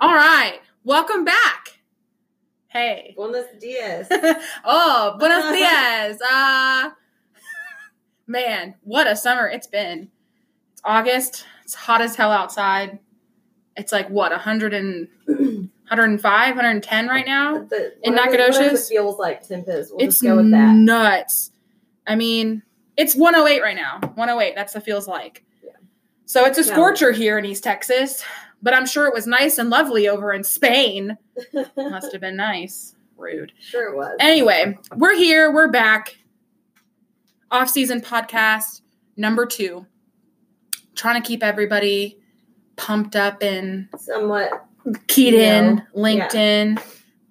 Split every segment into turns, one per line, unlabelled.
All right. Welcome back. Hey.
Buenos dias.
oh, buenos dias. Uh, man, what a summer it's been. It's August. It's hot as hell outside. It's like, what, 100 and, 105, 110 right now?
The-
In
whatever-
Nacogdoches?
whatever the feels like temp is. We'll
it's
just go with that.
nuts. I mean, it's 108 right now. 108. That's the feels like.
Yeah.
So it's a
Yeah.
scorcher here in East Texas, but I'm sure it was nice and lovely over in Spain. Must have been nice. Rude.
sure it was.
Anyway, we're here. We're back. Off season podcast number two. Trying to keep everybody pumped up and
Somewhat.
keyed in,
Yeah.
linked in,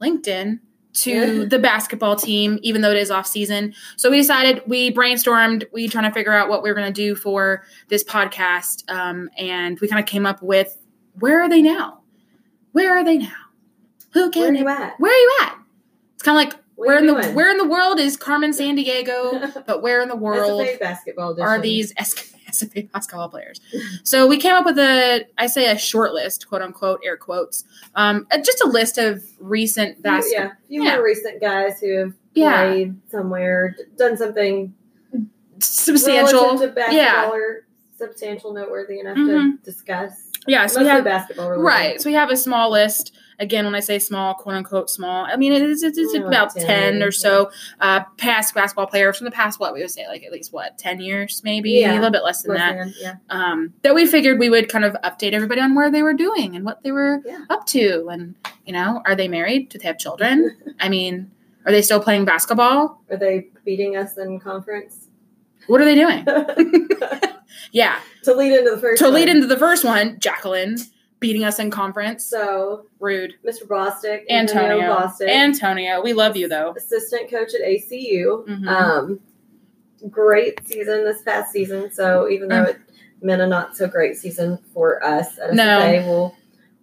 linked in to the basketball team, even though it is off season. So we decided, we brainstormed, we trying to figure out what we were going to do for this podcast, um, and we kind of came up with where are they now? Where are they now? Who
Where
can?
are
Where,
you at?
where are you at? It's kind of like
What
where
are
in
you
the
doing?
where in the world is Carmen San Diego?
That's
but where in the
a
world
fake basketball edition.
are these SFA basketball players? so we came up with a, I say a short list, quote unquote, air quotes, um, uh, just a list of recent
Few-
basketball.
yeah, a few
yeah.
more recent guys who have
Yeah.
played somewhere, d- done something
Substantial.
relative to
Yeah.
basketball or substantial, noteworthy enough to
Mhm.
discuss.
Yeah. So we
Mostly
have,
basketball related.
right. So we have a small list. Again, when I say small, quote unquote small, I mean, it is, it's, it's
Mm,
about 10,
10,
or so uh, past basketball players from the past, what we would say, like at least what, 10 years, maybe
Yeah.
a little bit less than
Less
that.
than, yeah.
um, that we figured we would kind of update everybody on where they were doing and what they were
Yeah.
up to. And, you know, are they married? Do they have children? I mean, are they still playing basketball?
Are they beating us in conference?
What are they doing?
to
Yeah.
lead into the first.
To lead
one.
into the first one, Jacqueline beating us in conference.
So,
Rude.
Mr. Bostic,
Antonio.
Bostic,
Antonio, we love you though.
assistant coach at ACU.
Mhm.
Um, great season this past season. So even though it meant a not so great season for us, at
No.
SFA, we'll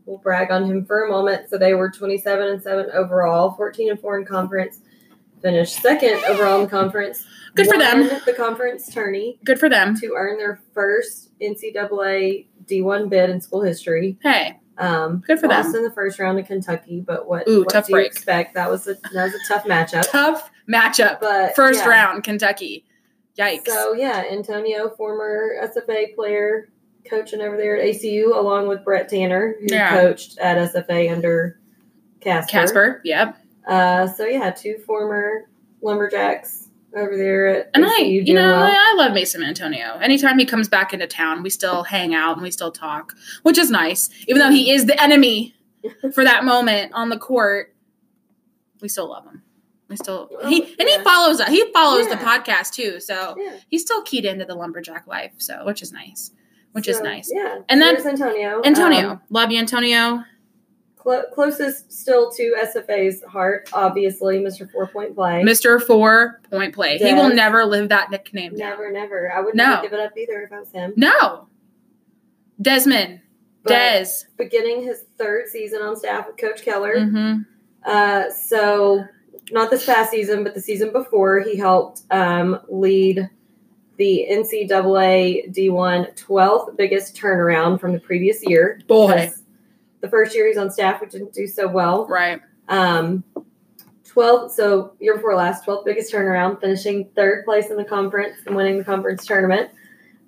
we'll brag on him for a moment. So they were twenty seven and seven overall, fourteen and four in conference. Finished second overall in the conference.
Good for them.
Won The conference tourney
Good for them.
to earn their first NCAA D one bid in school history.
Hey,
Um,
Good for them.
lost in the first round to Kentucky, but what,
Ooh,
what
tough
do you
break.
expect? That was a that was a tough matchup.
tough matchup.
But
First
yeah.
round, Kentucky. Yikes.
So yeah, Antonio, former SFA player, coaching over there at ACU, along with Brett Tanner, who
Yeah.
coached at SFA under Casper.
Casper, yep.
Uh, so yeah, two former Lumberjacks over there at
And I,
ACU
you
doing
know,
well.
I love Mason Antonio. Anytime he comes back into town, we still hang out and we still talk, which is nice. Even though he is the enemy for that moment on the court, we still love him. We still he and he
Oh, Yeah.
follows us. He follows the
Yeah.
podcast too, so
Yeah.
he's still keyed into the lumberjack life. So, which is nice, which is
So,
nice.
Yeah,
And then-
there's Antonio.
Antonio,
Um,
love you, Antonio.
clo- closest still to SFA's heart, obviously, Mr. Four Point Play.
Mister Four Point Play. He
Yes.
will never live that nickname down.
Never, never. I would
No.
not give it up either if I was him.
No, Desmond,
But
Des.
beginning his third season on staff with Coach Keller.
hmm
Uh, so not this past season, but the season before, he helped um, lead the NCAA D1 12th biggest turnaround from the previous year.
Boy,
The first year he's on staff, which didn't do so well.
right.
Um, 12, so year before last, 12th biggest turnaround, finishing third place in the conference and winning the conference tournament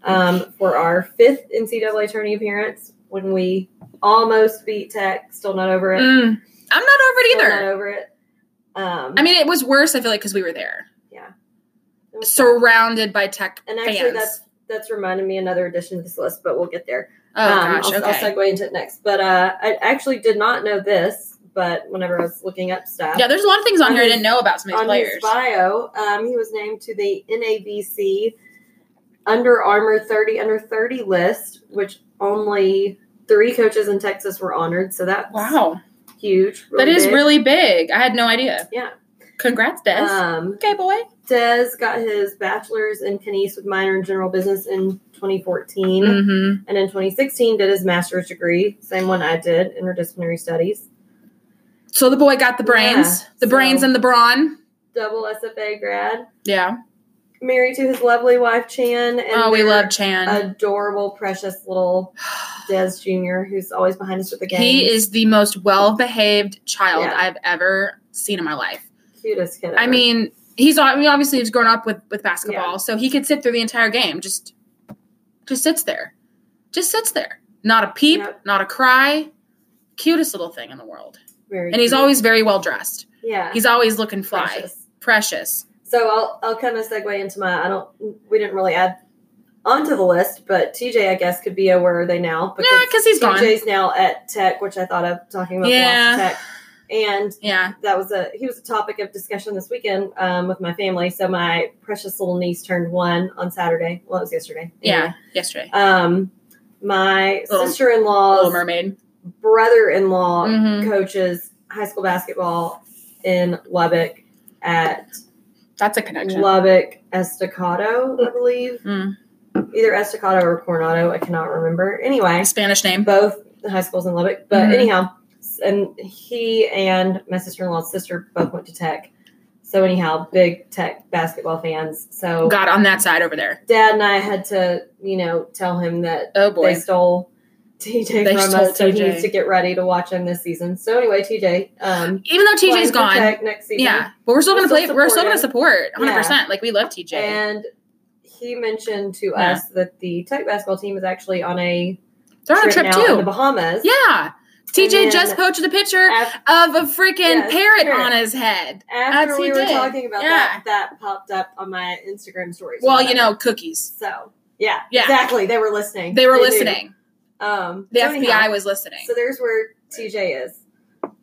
um, for our fifth NCAA tourney appearance when we almost beat Tech. Still not over it.
Mm, I'm not over it
Still
either.
not over it. Um,
I mean, it was worse. I feel like because we were there,
it was tough.
surrounded by tech
and actually,
fans.
that's that's reminding me another addition to this list, but we'll get there.
oh
um,
gosh,
I'll,
okay.
I'll segue into it next. But uh, I actually did not know this, but whenever I was looking up stuff,
yeah, there's a lot of things on,
on
here I
his-
didn't know about some of these
on
players.
his bio, um, he was named to the NABC Under Armour 30 Under 30 list, which only three coaches in Texas were honored. So that's
Wow,
huge.
that is
big.
really big. I had no idea.
Yeah.
Congrats, Des.
Um,
okay, boy.
Des got his bachelor's in Kines with minor in general business in 2014.
Mm-hmm.
And in 2016, did his master's degree, same one I did, interdisciplinary studies.
So the boy got the brains,
Yeah,
the
so-
brains and the brawn.
Double SFA grad.
Yeah.
married to his lovely wife Chan. And
oh, we
their
love Chan.
Adorable, precious little Des Jr., who's always behind us with the game.
he is the most well behaved child
Yeah.
I've ever seen in my life.
cutest kid.
I
ever.
mean, he's I mean, obviously he's grown up with with basketball, so he could sit through the entire game. Just, just sits there, just sits there. Not a peep,
Yep.
not a cry. Cutest little thing in the world,
Very
and he's
cute.
always very well dressed.
yeah,
He's always looking fly, precious.
precious. So I'll I'll kind of segue into my I don't we didn't really add onto the list, but TJ I guess could be a where are they now
Yeah, because he's gone.
TJ's now at Tech, which I thought of talking about
Yeah.
yeah. Tech, and
Yeah,
that was a he was a topic of discussion this weekend um, with my family. So my precious little niece turned one on Saturday. Well, it was yesterday.
yeah. Yesterday,
Um, my
Little- Little
sister-in-law's
Mermaid.
brother-in-law
Mhm.
coaches high school basketball in Lubbock at
That's a connection.
Lubbock Estacado, I believe.
Mm.
Either Estacado or Coronado, I cannot remember. Anyway,
Spanish name.
both high schools in Lubbock. But
Mhm.
anyhow, s- and he and my sister in law's sister both went to Tech. So anyhow, big Tech basketball fans. So
God on that side over there.
Dad and I had to, you know, tell him that
Oh boy.
they stole. TJ
They
from
stole
us, so he
TJ.
needs to get ready to watch him this season. So anyway, TJ, um,
Even though
playing
TJ's
for
gone,
Tech next season.
yeah, but we're still
We're
gonna
still
play. We're still gonna support 100.
Yeah.
percent Like we love TJ.
And he mentioned to
Yeah.
us that the Tech basketball team is actually on a
They're on a trip
now in the
too.
Bahamas.
Yeah. TJ
then-
just posted a picture
Af-
of a freaking
Yes,
parrot
parrot.
on his head.
After
As
we
he
were
did.
talking about
Yeah.
that, that popped up on my Instagram stories. or
Well, you
whatever.
know, cookies.
So yeah,
Yeah.
exactly. They were listening.
They were
do.
listening.
Um,
The
so
FBI
anyhow,
was listening.
So there's where TJ is.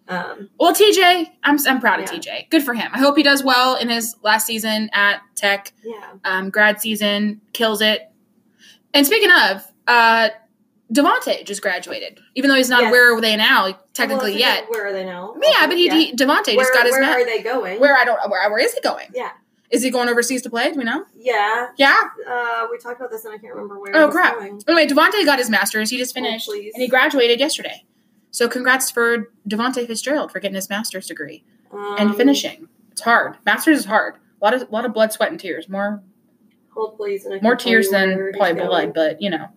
Um,
Well, TJ, I'm I'm proud of
Yeah.
TJ. Good for him. I hope he does well in his last season at Tech.
yeah,
Um, grad season kills it. And speaking of, uh, Devonte just graduated. Even though he's not
Yes.
where are they now technically
Well,
yet.
Where are they now?
Yeah, but he, he Devonte
where,
just got his
where
ma-
are they going?
where I don't where, where is he going?
Yeah.
Is he going overseas to play? Do we know?
Yeah,
Yeah.
uh, we talked about this and I can't remember where.
Oh,
he's
crap.
Going.
Anyway, Devonte got his master's. He just finished,
Oh, please.
and he graduated yesterday. So congrats for Devonte Fitzgerald for getting his master's degree and
Um,
finishing. It's hard. Master's is hard. A lot of lot of blood, sweat, and tears. More
Hold please. And I can
more
tell you
tears than
where he's
probably
going. Mm-hmm.
blood, but you know.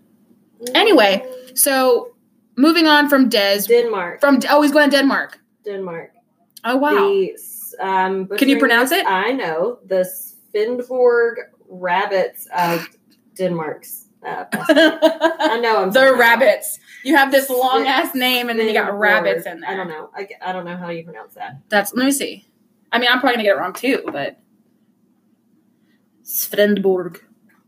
Anyway. So moving on from Des
Denmark.
from oh he's going to Denmark.
Denmark.
Oh wow.
The, s- um,
Can you
butchering
pronounce
this,
it?
I know the Svendborg rabbits of Denmark's. Uh, festival. I
the
know I'm saying that
rabbits. You have this
Sven-
long ass name,
wrong.
and then you got
Svendborg.
rabbits in there.
I don't know. I, g- I don't know how you pronounce that.
That's let me see. I mean, I'm probably gonna get it wrong too, but Svendborg.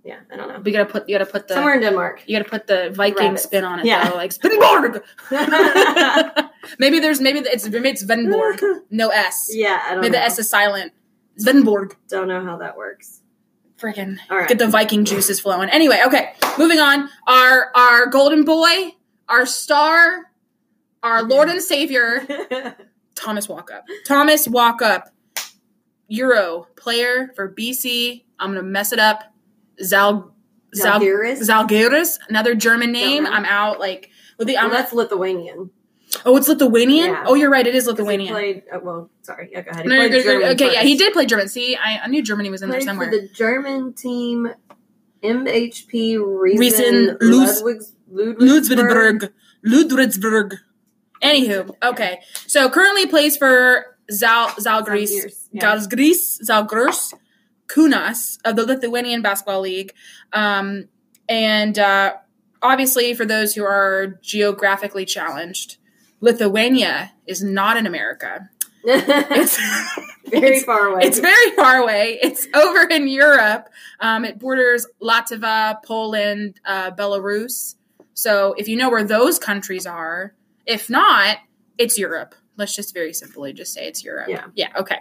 Yeah, I don't know.
We gotta put you gotta put the
Somewhere in Denmark.
you gotta put the Viking
Rabbits.
spin on it.
Yeah.
though, like Svendborg. maybe there's maybe it's maybe it's Venborg, no S.
yeah, I don't
maybe
know.
the S is silent. Svenborg.
don't know how that works.
Freaking
All right.
get the Viking juices flowing. Anyway, okay, moving on. Our our golden boy, our star, our Lord and Savior. Thomas Walkup. Thomas Walkup, Euro player for BC. I'm gonna mess it up. Zal Zal
Zalgiris.
Zalgiris, another German name.
Don't know.
I'm out. Like with the
Well,
I'm
that's Lithuanian.
oh, it's Lithuanian.
Yeah.
Oh, you're right. It is
'Cause he
Lithuanian.
Played, uh, well, sorry. Yeah, go ahead. He
No, you're
played
good, good.
German
Okay, yeah,
first.
he did play German. See, I, I knew Germany was in there
Played
somewhere.
for the German team MHP Reason
Riesen Luz-
Ludwigs,
Ludwigsburg,
Ludwigsburg.
Ludwigsburg. Anywho, okay. So currently plays for Zal Zalgiris.
Yeah.
Zalgiris Zalgiris Kunas of the Lithuanian Basketball League. Um, and uh, obviously, for those who are geographically challenged, Lithuania is not in America. It's,
Very far away.
it's very far away. It's over in Europe. Um, it borders Latvia, Poland, uh, Belarus. So if you know where those countries are, if not, it's Europe. Let's just very simply just say it's Europe.
Yeah.
Yeah. Okay.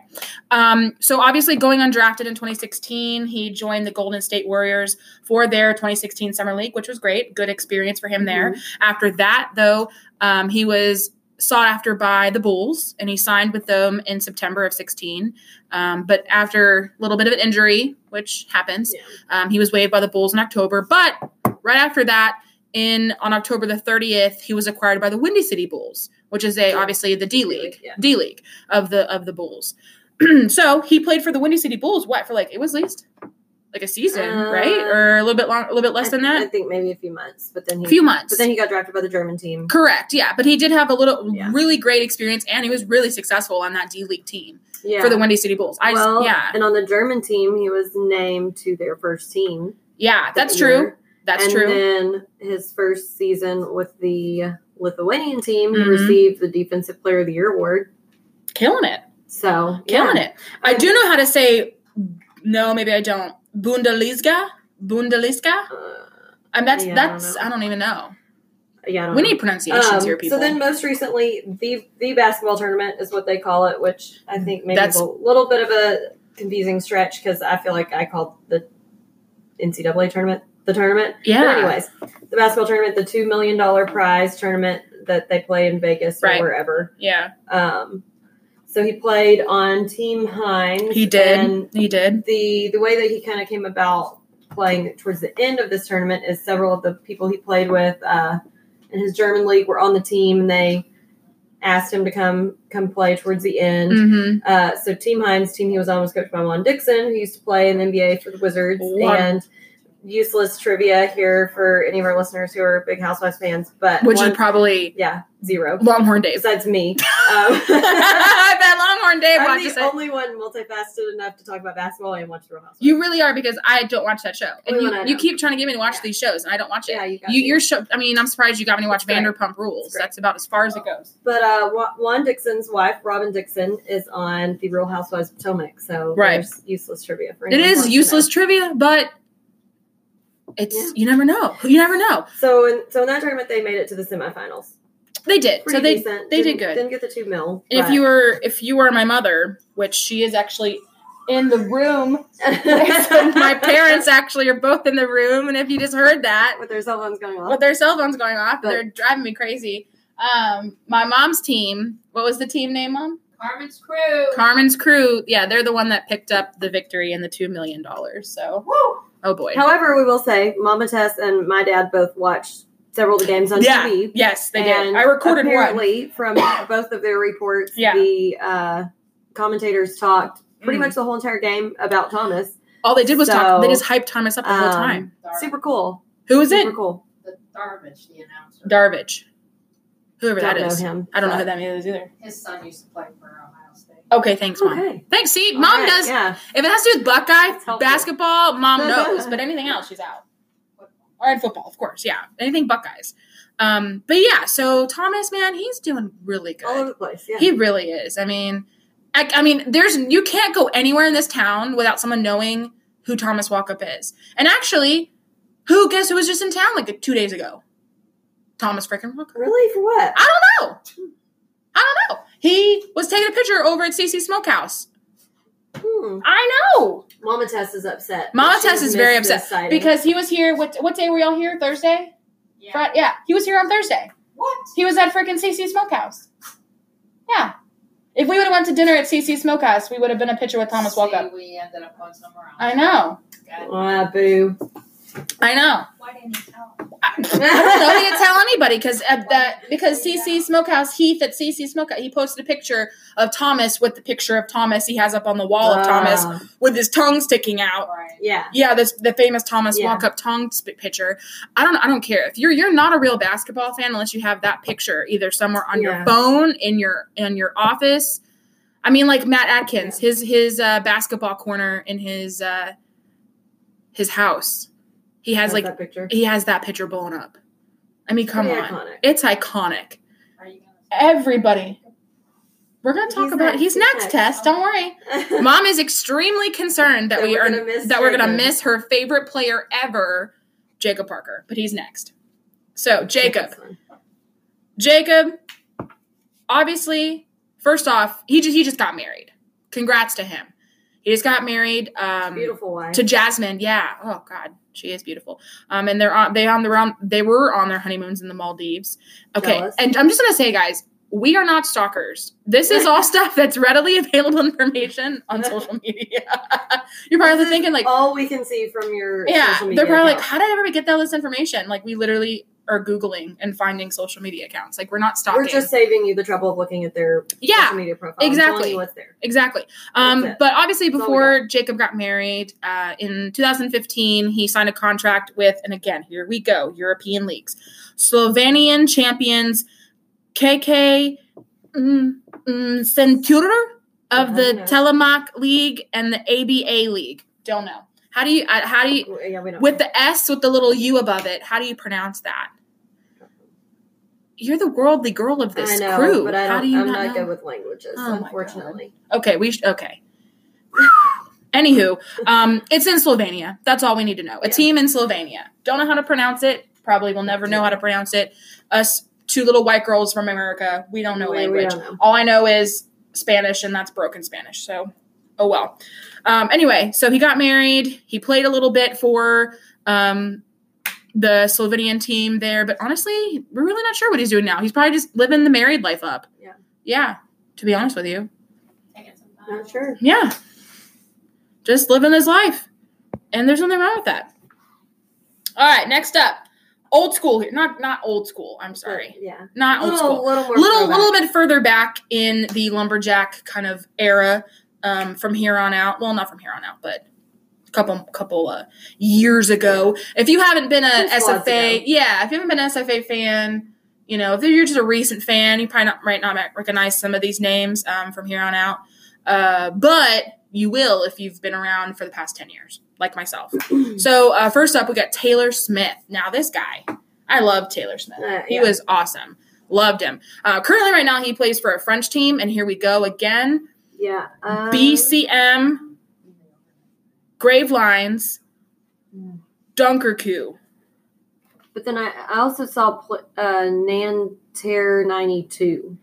Um, so obviously, going undrafted in 2016, he joined the Golden State Warriors for their 2016 Summer League, which was great. Good experience for him there.
Mm-hmm.
After that, though, um, he was sought after by the Bulls and he signed with them in September of 16. Um, but after a little bit of an injury, which happens,
Yeah.
um, he was waived by the Bulls in October. But right after that, in on October the 30th, he was acquired by the Windy City Bulls, which is a
Yeah.
obviously the D League,
Yeah.
D League of the of the Bulls. so he played for the Windy City Bulls. What for like it was least like a season,
Uh,
right? Or a little bit long, a little bit less
I-
than
I
that.
think maybe a few months, but then he
A few months.
But then he got drafted by the German team.
Correct. Yeah, but he did have a little
Yeah.
really great experience, and he was really successful on that D League team
Yeah.
for the Windy City Bulls. I just,
well,
yeah,
And on the German team, he was named to their first team.
yeah,
that
that's
year.
true. That's
and
true.
then his first season with the Lithuanian team,
Mhm.
he received the Defensive Player of the Year award.
Killing it,
So
killing
yeah.
it. I do know how to say. No, maybe I don't. Bundesliga, Bundesliga.
Uh,
And that's
Yeah, I don't
that's
know.
I don't even know.
yeah, I don't
We
know.
need pronunciations
Um,
here, people.
So then, most recently, the the basketball tournament is what they call it, which I think maybe
That's-
is a little bit of a confusing stretch because I feel like I called the NCAA tournament the tournament.
yeah.
But anyways, the basketball tournament, the two million dollar prize tournament that they play in Vegas
Right.
or wherever.
Yeah.
Um, so he played on Team Hines.
He did.
And
He did.
the the way that he kind of came about playing towards the end of this tournament is several of the people he played with uh, in his German league were on the team and they asked him to come come play towards the end.
Mm-hmm.
Uh, so Team Hines, team he was on was coached by Lon Dixon, who used to play in the NBA for the Wizards.
Lon-
And useless trivia here for any of our listeners who are big Housewives fans, but
Which
Lon-
is probably
yeah zero
Longhorn Dave.
besides me. Um,
I bet Longhorn Dave
I'm
watches
the
it.
only one multifaceted enough to talk about basketball and watch the Real Housewives.
You really are because I don't watch that show, and
Only
you,
one I
you
know.
keep trying to get me to watch
Yeah.
these shows, and I don't watch it.
yeah, you got
you,
me.
your show. I mean, I'm surprised you got me to watch
That's right.
Vanderpump Rules.
That's right.
That's about as far as it goes.
But uh, Wa- Juan Dixon's wife, Robin Dixon, is on the Real Housewives of Potomac. So
Right.
there's useless trivia for
It
anyone who
is
wants to
useless trivia, but it's
Yeah.
you never know. You never know.
know. So in, so in that tournament, they made it to the semifinals.
They did.
Pretty
so they
decent.
they did
didn't,
good.
Didn't get the two mil.
if you were if you were my mother, which she is actually in the room. my parents actually are both in the room, and if you just heard that,
with their cell phones going
with
off.
their cell phones going off,
But-
they're driving me crazy. Um, my mom's team. What was the team name, Mom?
Carmen's crew.
Carmen's crew. Yeah, they're the one that picked up the victory and the two million dollars. So,
Woo!
oh boy.
However, we will say Mama Tess and my dad both watched several of the games on
yeah.
TV.
Yes, they did.
and
I recorded one.
apparently from both of their reports.
Yeah.
The uh, commentators talked pretty
Mm.
much the whole entire game about Thomas.
All they did was
So,
talk. They just hyped Thomas up the whole
um,
time.
Dar-
Super cool.
Who is
Super
it?
cool.
the Darvish, the announcer.
Darvish. Whoever
Don't
that
know
is.
him.
I don't know who
but-
that is either.
His son used to play for Ohio State.
Okay, thanks, mom.
Okay.
Thanks. See,
All
mom
right,
does.
Yeah.
If it has to do with
It's
Buckeye
helpful.
basketball, mom knows. But anything else, she's out. Or in football, of course. Yeah, anything Buckeyes. Um, but yeah, so Thomas, man, he's doing really good.
All over the place. Yeah.
He really is. I mean, I, I mean, there's you can't go anywhere in this town without someone knowing who Thomas Walkup is. And actually, who guess who was just in town like two days ago? Thomas freaking Walkup.
really? For what?
I don't know. I don't know. He was taking a picture over at CC Smokehouse.
Hmm.
I know
Mama Tess is upset.
Mama
She
Tess is very
missed this
upset
sighting.
because he was here. What what day were y'all here? Thursday,
Yeah.
Friday. Yeah, he was here on Thursday.
What?
He was at freaking CC Smokehouse. Yeah. If we would have went to dinner at CC Smokehouse, we would have been a picture with Thomas
See,
Walkup.
We ended up going somewhere else.
I know.
Okay.
Ah, boo.
I know.
Why didn't you tell? him?
I, I don't know. He didn't tell anybody because that because CC Smokehouse Heath at CC Smokehouse he posted a picture of Thomas with the picture of Thomas he has up on the wall of Thomas
Ah,
with his tongue sticking out.
Right.
Yeah.
Yeah, this the famous Thomas
Yeah.
walk up tongue sp- picture. I don't I don't care if you're you're not a real basketball fan unless you have that picture either somewhere on your
Yeah.
phone in your in your office. I mean, like Matt Atkins, his his uh, basketball corner in his uh, his house. He has
That's
like
that picture.
he has that picture blown up. I mean, come
Pretty
on,
iconic.
it's iconic.
Are you gonna
Eh. Everybody. We're gonna talk
He's
about
next,
he's
he's
next,
next.
Tess. Don't worry. Mom is extremely concerned that,
That
we
we're
are
gonna miss
that we're going to
Jacob.
miss her favorite player ever, Jacob Parker, but he's next. So, Jacob. Jacob obviously, first off, he just he just got married. Congrats to him. He just got married um
Beautiful wife.
to Jasmine. Yeah. Oh god, she is beautiful. Um and they're on they on their on they were on their honeymoons in the Maldives. Okay.
Jealous.
And I'm just going to say guys, we are not stalkers. This is all stuff that's readily available information on social media. You're probably
This is
thinking like
all we can see from your
yeah,
social media
they're probably like,
account.
how did everybody get all this information? Like, we literally or Googling and finding social media accounts. Like we're not
We're
stalking.
just saving you the trouble of looking at their
yeah,
social media profile. and
exactly.
telling you what's there.
Exactly. Um,
That's it.
but obviously,
That's all we
before Jacob got married uh, in 2015, he signed a contract with, and again, here we go European leagues, Slovenian champions KK mm, mm, Centur of
I
the
don't know.
Telemach League and the ABA League. Don't know. How do you, uh, how do you,
Yeah, we don't
with
know.
the S with the little U above it, how do you pronounce that? You're the worldly girl of this
I know,
crew.
but I
how
don't,
do you
I'm
not,
not,
know?
good with languages,
Oh my God.
unfortunately.
Okay, we sh- okay. Anywho, um, it's in Slovenia. That's all we need to know. A
Yeah.
team in Slovenia. Don't know how to pronounce it. Probably will never know how to pronounce it. Us two little white girls from America. We don't know
we,
language.
We don't know.
All I know is Spanish, and that's broken Spanish. So, oh well. Um, anyway, so he got married. He played a little bit for um, the Slovenian team there, but honestly, we're really not sure what he's doing now. He's probably just living the married life up.
Yeah.
Yeah. To be honest with you.
Take it sometime.
Not sure.
Yeah. Just living his life. And there's nothing wrong with that. All right, next up. Old school here. Not not old school. I'm sorry.
But, yeah.
Not old
little,
school.
little more
Little
throwback.
little bit further back in the lumberjack kind of era um, from here on out. Well, not from here on out, but a couple couple uh, years ago. If you haven't been a
Just lots
SFA,
ago.
yeah, if you haven't been an SFA fan, you know, if you're just a recent fan, you probably not, might not recognize some of these names um, from here on out. Uh, but you will if you've been around for the past 10 years, like myself. so, uh, first up, we got Taylor Smith. Now, this guy, I love Taylor Smith.
Uh,
He
yeah.
was awesome. Loved him. Uh, currently, right now, he plays for a French team, and here we go again.
Yeah. Um,
BCM Grave Lines,
Mm.
Dunkerku.
But then I, I also saw pl- uh, Nanterre 92.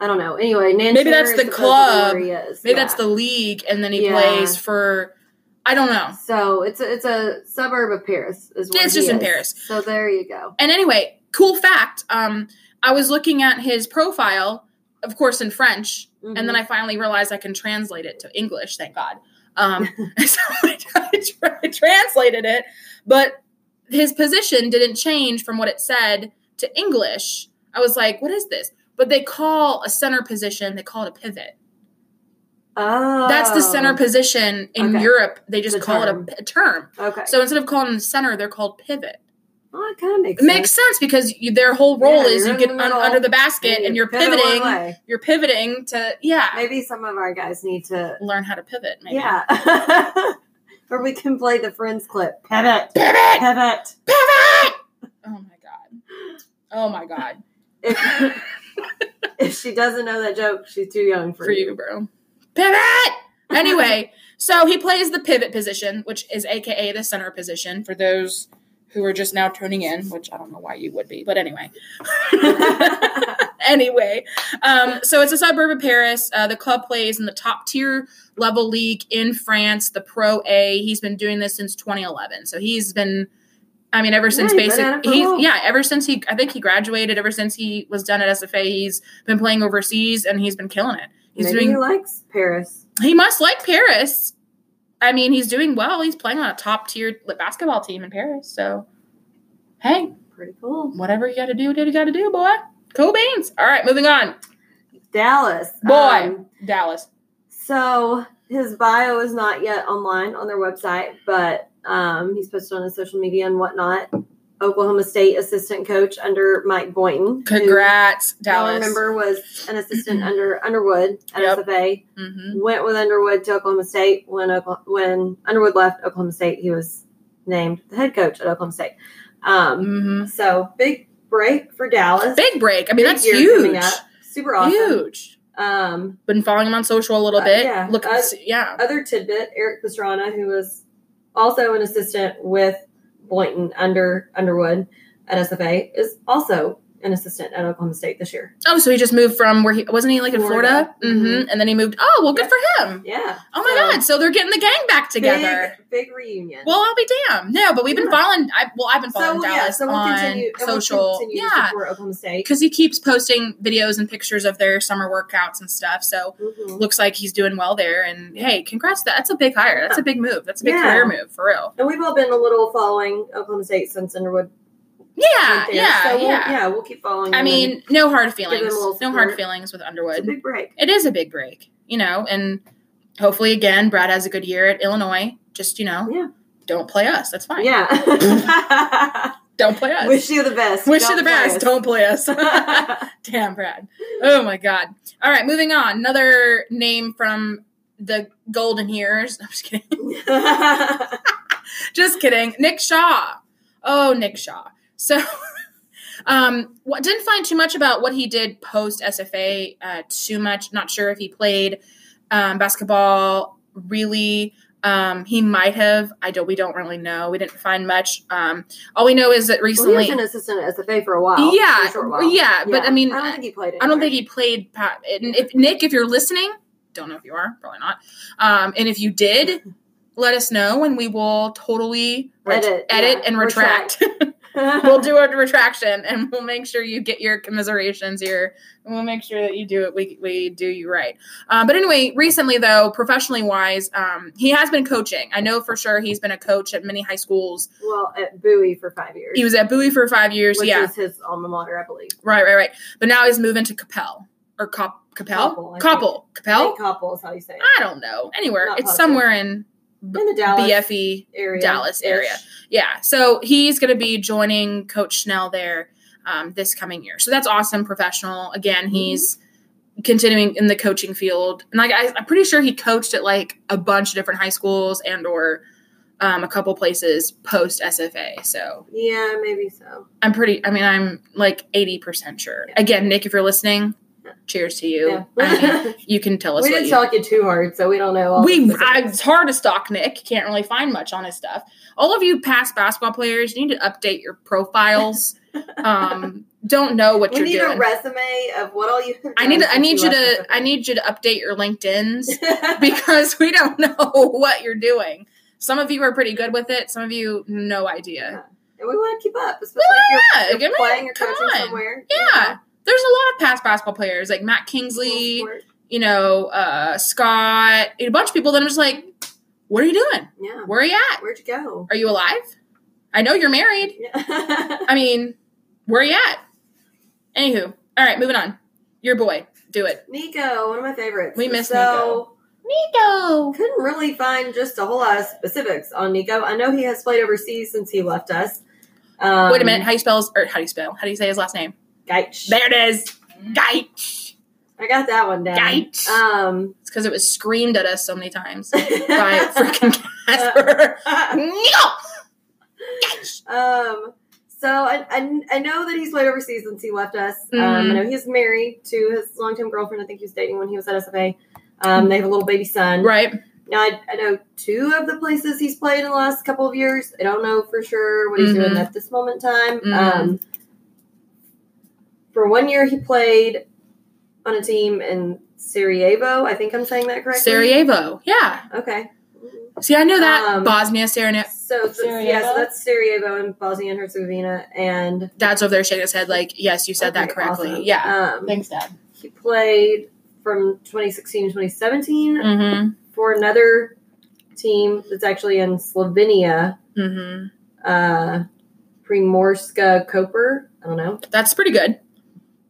I don't know. Anyway, Nanterre
Maybe that's
is
the
supposedly
club.
Where he is.
Maybe
yeah.
that's the league, and then he
Yeah.
plays for, I don't know.
So it's a, it's a suburb of Paris. Is where
It's
he
just in
is.
Paris.
So there you go.
And anyway, cool fact um, I was looking at his profile, of course, in French, and then
Mm-hmm.
I finally realized I can translate it to English. Thank God. Um, so I, tra- I translated it, but his position didn't change from what it said to English. I was like, "What is this?" But they call a center position. They call it a pivot.
oh,
That's the center position in
Okay.
Europe. They just
The
call
term.
it a, p- a term.
Okay.
So instead of calling them center, they're called pivot.
well, Oh, it kind of makes
It makes sense because you, their whole role
Yeah,
is you
you're in
get
the
un-
middle,
under the basket
sense.
and you're
Pivot one
pivoting.
way.
You're pivoting to yeah.
Maybe some of our guys need to.
Learn how to pivot. Maybe.
Yeah. or we can play the Friends clip. Pivot.
Pivot.
Pivot.
pivot. Oh my god. Oh my god.
If, if she doesn't know that joke, she's too young for,
For you, bro. Pivot. Anyway, so he plays the pivot position, which is AKA the center position for those who are just now tuning in, which I don't know why you would be, but anyway. anyway, um, so it's a suburb of Paris. Uh, the club plays in the top tier level league in France, the Pro A. He's been doing this since 2011, so he's been. I mean, ever since
he's been
basic,
at it for a
he's
while.
yeah. Ever since he, I think he graduated. Ever since he was done at SFA, he's been playing overseas and he's been killing it. He's
Maybe
doing.
he likes Paris.
He must like Paris. I mean, he's doing well. He's playing on a top tier basketball team in Paris. So, hey,
Pretty cool.
whatever you got to do, do you got to do, boy. Cool beans. All right, moving on.
Dallas.
Boy.
Um,
Dallas.
So his bio is not yet online on their website, but um, he's posted on his social media and whatnot. Oklahoma State assistant coach under Mike Boynton. who
Congrats,
Y'all
Dallas. Mm-hmm.
remember was an assistant under Underwood at
Yep.
SFA.
hmm
Went with Underwood to Oklahoma State. When Oklah- when Underwood left Oklahoma State, he was named the head coach at Oklahoma State. Um,
hmm
So big break for Dallas.
Big break. I mean,
Big
that's
year coming
huge.
up. Super awesome.
Huge.
Um,
Been following him on social a little
Uh,
bit.
yeah.
Look,
Uh,
yeah.
other tidbit, Eric Pastrana, who was also an assistant with Boynton under Underwood at SFA, is also an assistant at Oklahoma State this year.
Oh, so he just moved from where he wasn't he like in Florida,
Florida.
Mm-hmm. and then he moved. Oh, well, good for him.
Yeah.
Oh my
So,
God! So they're getting the gang back together.
Big, big reunion.
Well, I'll be damned. No, but we've been
Yeah.
following. I, well, I've been
so
following
yeah,
Dallas
so we'll
on
continue, and we'll
social.
continue to
yeah,
support Oklahoma State.
because he keeps posting videos and pictures of their summer workouts and stuff. So
Mhm.
looks like he's doing well there. And hey, congrats! to- That's a big hire. That's a big move. That's a big
Yeah.
career move for real.
And we've all been a little following Oklahoma State since Underwood
Yeah,
there.
yeah,
so we'll,
yeah.
We'll keep following.
I
them and
mean, no hard
them a
feelings.
little
No hard
support.
feelings with
it's a
Underwood.
big break.
It is a big break, you know, and hopefully again, Brad has a good year at Illinois. Just you know,
Yeah.
don't play us. That's fine.
Yeah.
don't play us.
Wish you the best.
Wish
Don't
you the
play
best.
us.
Don't play us. Damn, Brad. Oh my God. All right, moving on. Another name from the Golden Years. I'm just kidding. Just kidding. Nick Shaw. Oh, Nick Shaw. So, um, what, didn't find too much about what he did post SFA. Uh, too much. Not sure if he played um, basketball. Really, um, he might have. I don't. We don't really know. We didn't find much. Um, all we know is that recently.
well, he was an assistant at SFA for a while.
Yeah,
for a short while.
yeah, but I mean,
I don't think he played. Anywhere.
I don't think he played. pa- And if Nick, if you're listening, don't know if you are, probably not. Um, and if you did, let us know, and we will totally ret-
Edit,
edit
yeah,
and
retract.
retract. we'll do a retraction, and we'll make sure you get your commiserations here. And we'll make sure that you do it. We we do you right. Um, but anyway, recently though, professionally wise, um, he has been coaching. I know for sure he's been a coach at many high schools.
well at Bowie for five years.
He was at Bowie for five years.
which
yeah,
is his alma mater, I believe.
right, right, right. But now he's moving to Capel or Cop
Coppell,
Capel
I
Capel Capel.
couple is how you say it.
I don't know. Anywhere.
Not
it's
positive.
somewhere in
In the Dallas
BFE.
area,
Dallas area. Yeah. So he's going to be joining Coach Schnell there um, this coming year. So that's awesome. Professional.
Mm-hmm.
Again, he's continuing in the coaching field. And like, I, I'm pretty sure he coached at like a bunch of different high schools and or um, a couple places post SFA. So
Yeah, maybe so.
I'm pretty, I mean, I'm like 80% sure.
Yeah.
Again, Nick, if you're listening, cheers to you.
Yeah.
I mean, you can tell us
we
what
didn't
you
talk you too hard, so we don't know. All
we
the
I,
specifics.
it's hard to stalk Nick. Can't really find much on his stuff. All of you past basketball players, you need to update your profiles. um, don't know what
we
you're
need
doing.
a resume of what all you. have
I need
done
I
since
need you to
left
I need you to update your LinkedIn's
SFA.
because we don't know what you're doing. Some of you are pretty good with it. Some of you no idea.
and we want to keep up, especially if
Yeah,
you're,
give
you're
me-
playing or
come
coaching
on.
somewhere.
Yeah. There's a lot of past basketball players like Matt Kingsley, you know, uh, Scott, a bunch of people that I'm just like, what are you doing?
Yeah.
Where are you at?
Where'd you go?
Are you alive? I know you're married.
Yeah.
I mean, where you at? Anywho, all right, moving on. Your boy, do it.
Nico, one of my favorites.
We miss
so,
Nico.
Couldn't really find just a whole lot of specifics on Nico. I know he has played overseas since he left us. Um,
Wait a minute. How do you spell? His, or how do you spell? How do you say his last name?
Geich.
There it is. Geich.
Um, I got that one down.
Geich.
Um,
It's because it was screamed at us so many times by freaking Casper. Nico. Geich.
um, so I, I, I know that he's played overseas since he left us. Um, I
Mhm.
know he's married to his longtime girlfriend. I think he was dating when he was at SFA. Um, they have a little baby son.
Right.
Now I, I know two of the places he's played in the last couple of years. I don't know for sure what he's doing
Mhm.
at this moment in time.
Mhm.
Um, for one year, he played on a team in Sarajevo. I think I'm saying that correctly.
Sarajevo. Yeah.
Okay.
See, I know that
Um,
Bosnia, Sarajevo.
So th- yeah, so
Sarajevo?
that's Sarajevo in Bosnia and Herzegovina, and
Dad's over there shaking his head like, yes, you said that
Okay,
correctly.
awesome.
Yeah.
Um,
Thanks, Dad.
he played from 2016 to 2017
Mm-hmm.
for another team that's actually in Slovenia.
Mm-hmm.
uh, Primorska Koper. I don't know.
That's pretty good.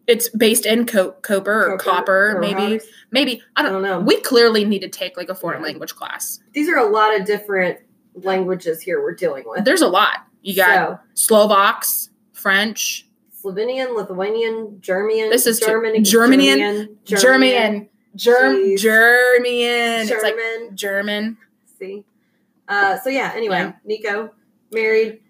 It's based in co- Coper or
Koper,
Copper,
or
maybe.
however-
Maybe I
I
don't.
don't know.
We clearly need to take like a foreign
Yeah.
language class.
These are a lot of different languages here we're dealing with.
There's a lot. You got Slovaks, French,
so, Slovenian, Lithuanian, German.
This is too-
German,
Germanian,
German,
German, Germ,
Jeez.
German. It's like
German.
German.
See. Uh, so yeah. Anyway,
Yeah.
Nico, married,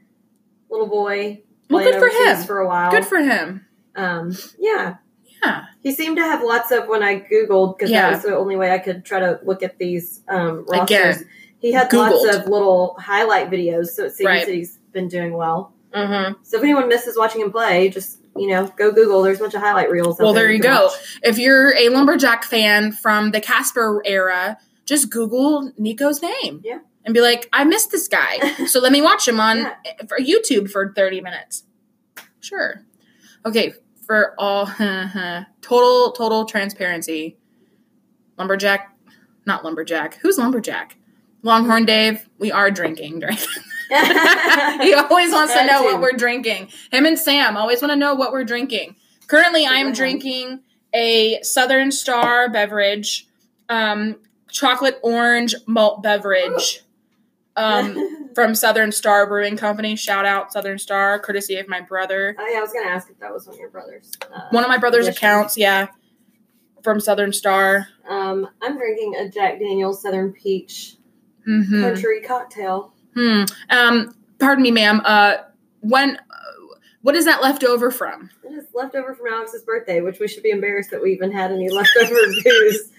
little boy.
Well,
playing
good for
overseas
him.
For a while.
Good for him.
um, yeah.
Yeah.
He seemed to have lots of when I googled because
Yeah.
that was the only way I could try to look at these um, rosters.
Again,
he had lots
Googled.
of little highlight videos, so it seems
Right.
that he's been doing well.
Mm-hmm.
So if anyone misses watching him play, just you know go Google. There's a bunch of highlight reels. out
Well, there you
can
go.
watch.
If you're a lumberjack fan from the Casper era, just Google Nico's name.
Yeah.
And be like, I missed this guy, so let me watch him on eh,
Yeah.
for YouTube for 30 minutes. Sure. Okay, for all total total transparency. Lumberjack, not lumberjack. Who's lumberjack? Longhorn Dave, we are drinking during he always wants to
That
know what
too.
we're drinking. Him and Sam always want to know what we're drinking. Currently, I am
Yeah.
drinking a Southern Star beverage, um, chocolate orange malt beverage um, from Southern Star Brewing Company. Shout out Southern Star, courtesy of my brother.
oh, yeah, I was gonna ask if that was one of your brothers. Uh,
One of my brother's
Delicious.
accounts, yeah, from Southern Star.
Um, I'm drinking a Jack Daniel's Southern Peach
hmm
Country cocktail.
Hmm. Um. Pardon me, ma'am. Uh. When. Uh, what is that left over from?
It is leftover from Alex's birthday, which we should be embarrassed that we even had any leftover booze.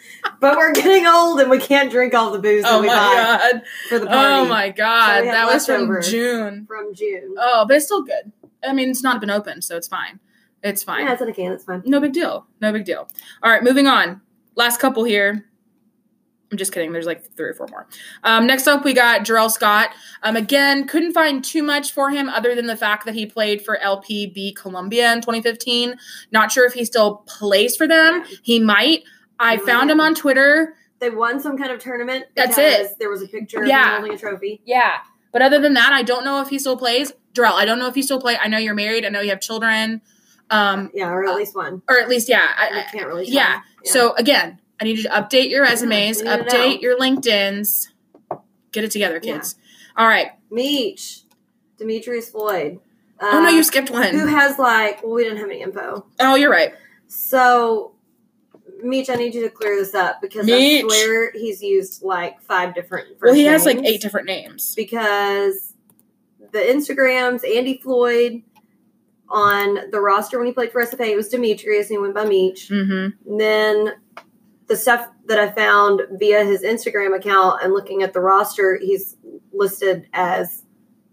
But we're getting old and we can't drink all the booze that
Oh
we
my
buy
god!
for the party
Oh my god!
So we had
that was from
leftover.
June.
from June.
Oh, but it's still good. I mean, it's not been opened, so it's fine. It's fine.
Yeah, it's in a can. It's fine.
No big deal. No big deal. All right, moving on. Last couple here. I'm just kidding. There's like three or four more. Um, next up, we got Jarrell Scott. Um, again, couldn't find too much for him other than the fact that he played for LPB Columbia in 2015. Not sure if he still plays for them. He might. I
He
found
might.
him on Twitter.
They won some kind of tournament.
That's
because There was a picture
Yeah.
of him holding a trophy.
Yeah. But other than that, I don't know if he still plays. Jarrell, I don't know if he still plays. I know you're married. I know you have children. Um,
Yeah, or at least one.
or at least, yeah. I,
I can't really. Tell.
yeah. So again, I need you to update your resumes,
we need to
update
know.
your LinkedIn's. Get it together,
Yeah.
kids. All right.
Meech, Demetrius Floyd.
oh no,
uh,
you skipped
Who
one.
has like? Well, we didn't have any info.
Oh, you're right.
So, Meech, I need you to clear this up because
Meech.
I swear he's used like five different. First
Well, he has like
names
eight different names.
because the Instagrams Andy Floyd on the roster when he played for SFA it was Demetrius and he went by Meech.
Mm-hmm.
And then the stuff that I found via his Instagram account and looking at the roster, he's listed as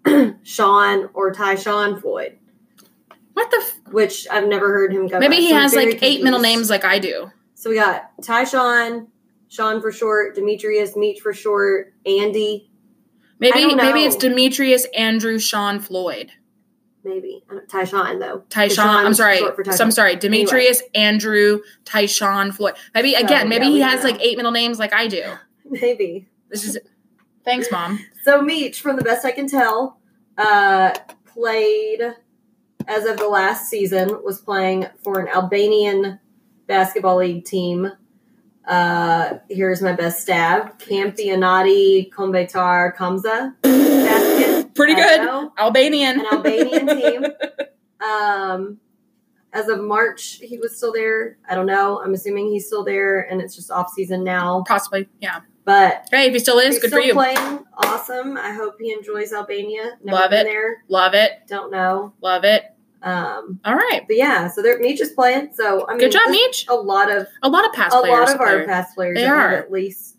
Sean or Tyshawn Floyd,
What the? F-
which I've never heard him go.
Maybe
by,
he
Oh, so I'm
has
very
like eight middle
confused.
names, like I do.
So we got Tyshawn, Sean for short, Demetrius, Meech for short, Andy,
Maybe
don't
maybe
know.
it's Demetrius, Andrew, Sean, Floyd,
maybe I don't- Tyshawn though.
Tyshawn.
Tyshawn's
I'm sorry.
short for Tyshawn.
So I'm sorry. Demetrius, Andrew, Tyshawn, Floyd. Maybe
So,
again. Maybe
Oh, yeah,
he
we
has
don't know.
like eight middle names, like I do.
Maybe.
This is. Thanks, mom.
So Meech, from the best I can tell, uh, played as of the last season was playing for an Albanian basketball league team. Uh, here's my best stab: Campionati Kombetar Kamza. Basket.
Pretty
I don't
good.
know.
Albanian.
An Albanian team. Um, as of March, he was still there. I don't know. I'm assuming he's still there, and it's just off season now.
Possibly. Yeah.
But
Hey, if he still is,
He's
good
still
for you.
Playing awesome. I hope he enjoys Albania. Never
Love
been
it.
there.
Love it.
Don't know.
Love it.
Um,
All right.
but yeah, so they're Meech is playing. So I mean,
Good job,
this-
Meech.
A lot of
A lot of past
a
players
lot of our
are,
past players
They
have
are.
at least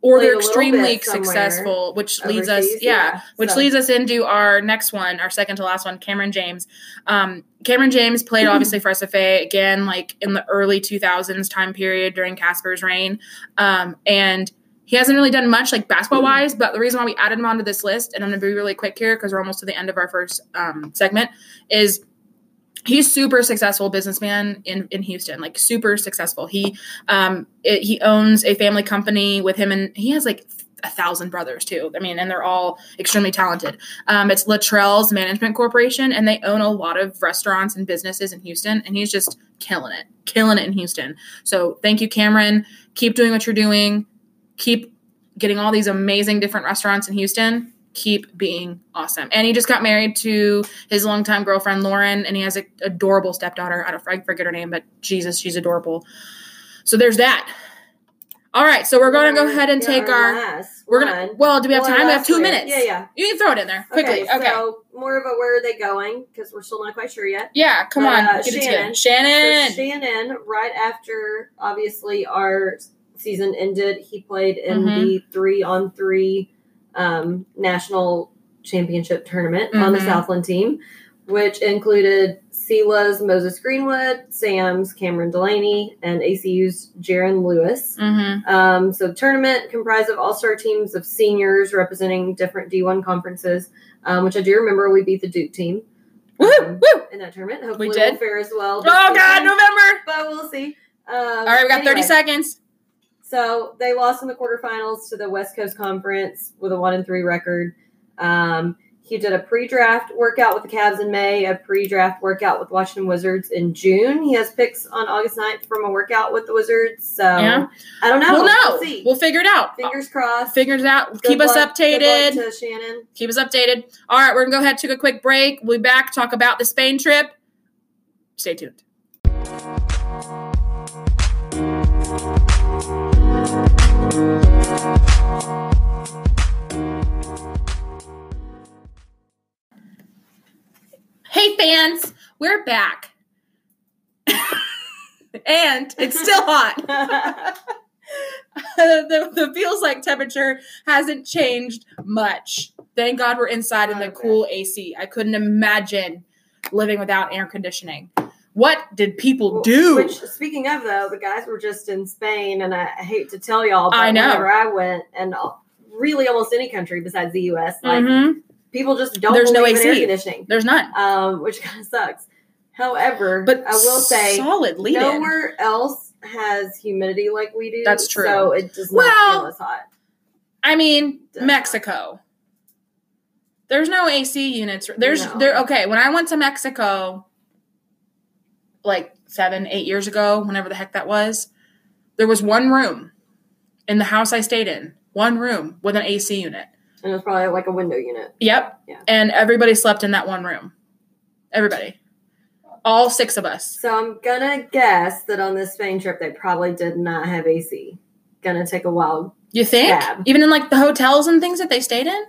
or
play a
they're
little
extremely
bit somewhere
successful, which leads us,
overseas.
yeah, which
so
leads us into our next one, our second to last one, Cameron James. Um, Cameron James played obviously for SFA again, like in the early 2000s time period during Casper's reign, um, and he hasn't really done much like basketball wise. But the reason why we added him onto this list, and I'm going to be really quick here because we're almost to the end of our first um, segment, is he's super successful businessman in, in Houston, like super successful. He um, it, he owns a family company with him, and he has like a thousand brothers too. I mean, and they're all extremely talented. Um, it's Latrell's Management Corporation, and they own a lot of restaurants and businesses in Houston. And he's just killing it, killing it in Houston. So thank you, Cameron. Keep doing what you're doing. Keep getting all these amazing different restaurants in Houston. Keep being awesome. And he just got married to his longtime girlfriend Lauren, and he has an adorable stepdaughter. I don't I forget her name, but Jesus, she's adorable. So there's that. All right, so we're going to go ahead and
Yeah,
take our
last
we're gonna.
one.
Well, do we have
Well,
time? We have
last
two
one.
minutes.
Yeah, yeah.
You can throw it in there quickly. Okay.
So more of a where are they going? Because we're still not quite sure yet.
yeah. Come
Uh,
on. Get it together.
Shannon.
Shannon.
So Shannon, right after obviously our season ended, he played in
Mm-hmm.
the three on three um, national championship tournament on the
Mhm.
Southland team, which included Sela's Moses Greenwood, Sam's Cameron Delaney, and ACU's Jaron Lewis.
mm-hmm.
Um, so the tournament comprised of all-star teams of seniors representing different D1 conferences, um, which I do remember we beat the Duke team
Woo
Um,
woo.
in that tournament. Hopefully
did.
we'll fare as well.
Mm-hmm. Oh
this
God,
season
November.
but we'll see. Um,
All right, we got thirty seconds.
So they lost in the quarterfinals to the West Coast Conference with a one and three record. Um, he did a pre-draft workout with the Cavs in May, a pre-draft workout with Washington Wizards in June. He has picks on August 9th from a workout with the Wizards. So
Yeah.
I don't know.
we'll know.
We'll see.
We'll figure it out.
Fingers crossed.
Figure it out.
Good
Keep us
luck- good
updated.
luck to Shannon.
Keep us updated. All right, we're gonna go ahead take a quick break. We'll be back talk about the Spain trip. Stay tuned. Hey fans, we're back. and it's still hot. the, the feels like temperature hasn't changed much. Thank God we're inside in the
Okay.
cool AC. I couldn't imagine living without air conditioning. What did people do?
Which, speaking of though, the guys were just in Spain, and I hate to tell y'all, but
I know.
whenever I went, and al- really almost any country besides the U.S., like
Mhm.
people just don't
There's no
believe in air
AC.
conditioning,
There's none.
um, which kind of sucks. However,
But
I will say,
solid lead
nowhere else has humidity like we do.
That's true.
So it does not
Well-
feel as hot.
I mean, Mexico. There's no AC units. There's
No.
there. Okay, when I went to Mexico, like seven, eight years ago, whenever the heck that was, there was one room in the house I stayed in. One room with an AC unit.
And it's probably like a window unit.
Yep.
Yeah.
And everybody slept in that one room. Everybody. All six of us.
So I'm gonna guess that on this Spain trip, they probably did not have AC. Gonna take a while.
You think?
Yeah.
Even in like the hotels and things that they stayed in?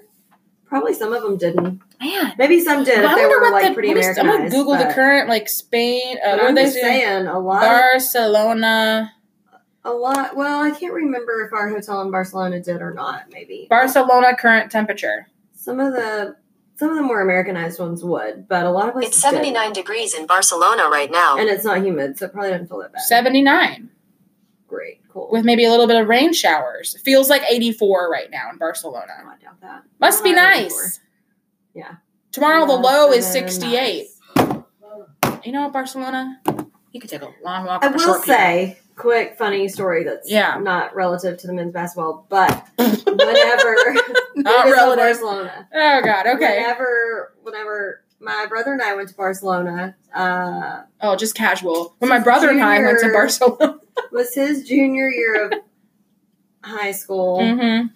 Probably some of them didn't.
Man.
Maybe some did.
I
If they
wonder
were
what
like
the,
pretty
what is- I'm
Americanized.
gonna Google the
but-
current like Spain uh,
but
what are
I'm
they
just
saying?
saying a lot,
Barcelona.
a lot. Well, I can't remember if our hotel in Barcelona did or not. Maybe
Barcelona current temperature.
some of the some of the more Americanized ones would, but a lot of places
It's 79 degrees in Barcelona right now.
didn't. and it's not humid, so it probably doesn't feel that bad.
79
Great, cool.
with maybe a little bit of rain showers. Feels like 84 right now in
Oh,
Barcelona.
I doubt that.
Must be
Not
nice.
Yeah.
Tomorrow the low is
Nice.
68. You know, Barcelona, you could take a long walk.
I
on a
will
short
say, quick funny story that's
Yeah.
not relative to the men's basketball, but whenever
Not
Because of
relative.
Barcelona.
Oh God. Okay.
Whenever, whenever my brother and I went to Barcelona, uh,
Oh, just casual. When my brother and I went to
Junior.
Barcelona.
was his junior year of high school.
Mm-hmm.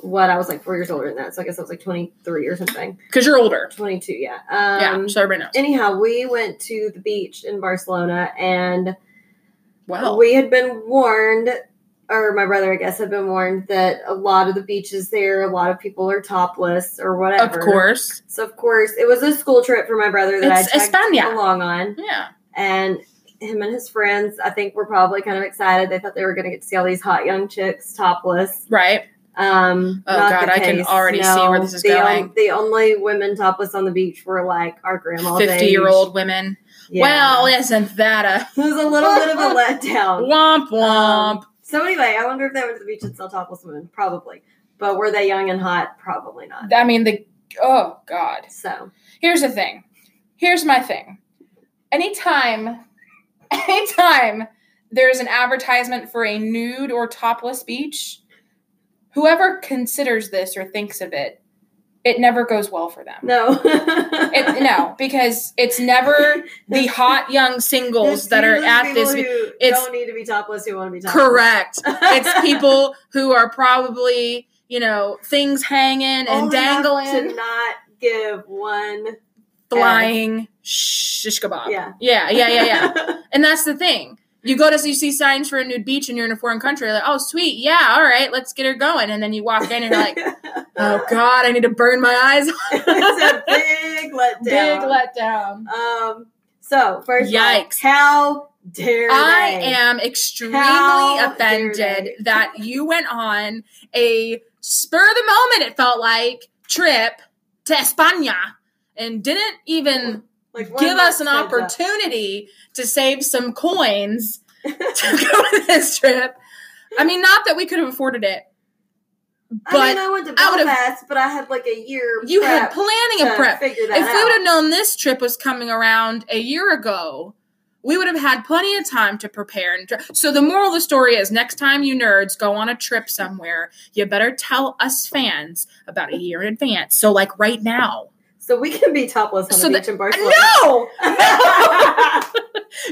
What I was like four years older than that, so I guess I was like twenty three or something,
Because you're older.
twenty two. Yeah.
yeah.
Um,
So everybody knows.
Anyhow, we went to the beach in Barcelona, and
Well.
we had been warned. Or my brother, I guess, had been warned that a lot of the beaches there, a lot of people are topless or
of
whatever.
course.
So of course, it was a school trip for my brother that
It's
I tagged
España.
along on.
Yeah.
and him and his friends i think were probably kind of excited they thought they were going to get to see all these hot young chicks topless
Right.
um
Oh,
not
God,
the
I can
case.
already
No,
see where this is
the on-
going.
the only women topless on the beach were like our grandma's age.
Fifty-year-old women.
yeah.
Well, isn't that
it was a little bit of a
a
letdown
womp womp?
Um, so anyway i wonder if they went to the beach and saw topless women probably but were they young and hot probably not
I mean the. Oh God.
so
Here's the thing. Here's my thing. Anytime, anytime there's an advertisement for a nude or topless beach, whoever considers this or thinks of it, it never goes well for them.
no
It, no, because it's never the hot young singles
It's
that are
usually
at this.
people who
it's-
don't need to be topless who want to be topless
Correct. It's people who are probably, you know, things hanging and Uh,
Old enough
dangling,
to not give one.
flying shish kebab.
Yeah.
Yeah, yeah, yeah, yeah. And that's the thing. You go to you see signs for a nude beach and you're in a foreign country, like, oh sweet, yeah, all right, let's get her going. And then you walk in and you're like, oh god, I need to burn my eyes.
it's a big letdown.
Big letdown.
Um. So first, of all,
Yikes.
how dare
I
they?
am extremely
How dare
offended
they.
that you went on a spur of the moment, it felt like, trip to España and didn't even
Like, one
give us an
month heads up.
opportunity to save some coins to go on this trip. I mean, not that we could have afforded it.
I mean,
but
I went to
I would've-
Belfast, but I had like a year.
You had
prep
planning
to
of prep.
Figure that
If we would
out.
have known this trip was coming around a year ago, we would have had plenty of time to prepare. And dr- so the moral of the story is: next time you nerds go on a trip somewhere, you better tell us fans about a year in advance. So like right now.
So we can be topless on
So
the
the-
beach in Barcelona.
No,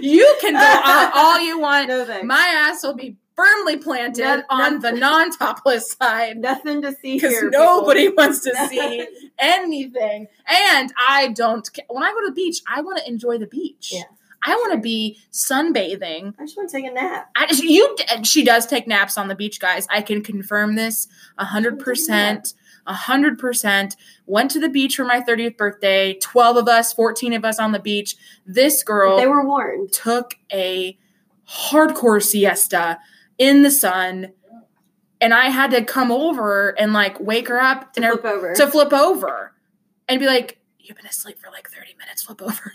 you can go on all you want.
no thanks.
My ass will be firmly planted
No-
on
no-
the non-topless side
Nothing to see
because
here.
nobody wants to
people.
see anything. And I don't. ca- When I go to the beach, I want to enjoy the beach.
Yeah.
I want to be sunbathing.
I just want to take a nap.
I just, you d- she does take naps on the beach, guys. I can confirm this a hundred percent. A hundred percent. Went to the beach for my 30th birthday. Twelve of us, fourteen of us on the beach. This girl
They were warned.
took a hardcore siesta in the sun, and I had to come over and like wake her up and
To flip over.
to flip over and be like, "You've been asleep for like 30 minutes. Flip over,"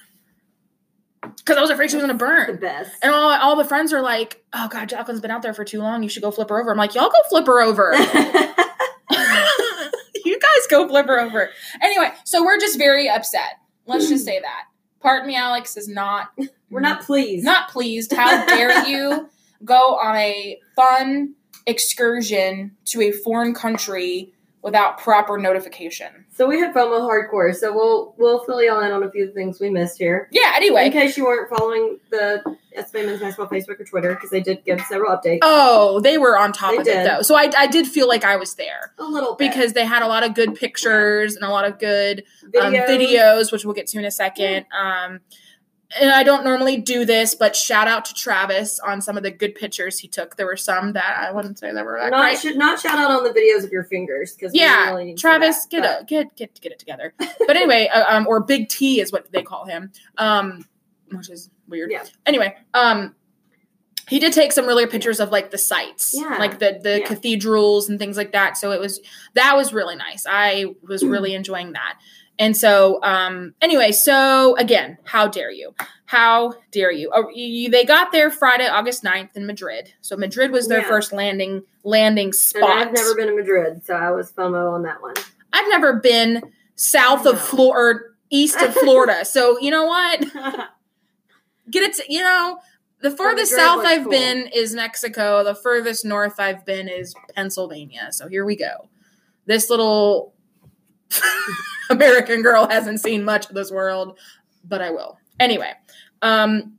because I was afraid she was gonna
the
burn.
best.
And all, all the friends are like, "Oh God, Jacqueline's been out there for too long. You should go flip her over." I'm like, "Y'all go flip her over. you guys go flip her over." Anyway, so we're just very upset. Let's just say that. Pardon me, Alex is not.
we're not pleased.
not pleased. How dare you go on a fun excursion to a foreign country without proper notification?
so we had FOMO hardcore. So we'll we'll fill y'all in on a few things we missed here.
Yeah. Anyway,
In case you weren't following the SBA Men's Basketball Facebook or Twitter, because they did give several updates.
Oh, they were on top
They
of
did.
it though. So I, I did feel like I was there
a little bit.
Oh, because they had a lot of good pictures and a lot of good videos, um,
Videos.
videos which we'll get to in a second. Um, and I don't normally do this, but shout out to Travis on some of the good pictures he took. There were some that I wouldn't say that were that
Not
great.
should not shout out on the videos of your fingers because
Yeah,
really need to do
Travis,
that,
get
but-
it, get get get it together. But anyway, uh, um, or Big T is what they call him, um, which is weird.
Yeah.
Anyway, um, he did take some really pictures of like the sites,
Yeah.
like the the
Yeah.
cathedrals and things like that. So it was that was really nice. I was really enjoying that. And so, um, anyway, so again, how dare you? How dare you? Oh, you they got there Friday, August 9th in Madrid. So Madrid was their
Yeah.
first landing landing spot.
And I've never been to Madrid, so I was FOMO on that one.
I've never been south
No.
of Florida or east of Florida. so you know what? Get it to, you know, the furthest
Madrid
south
was
I've
cool.
been is Mexico. The furthest north I've been is Pennsylvania. So here we go. This little American girl hasn't seen much of this world, but I will. Anyway, um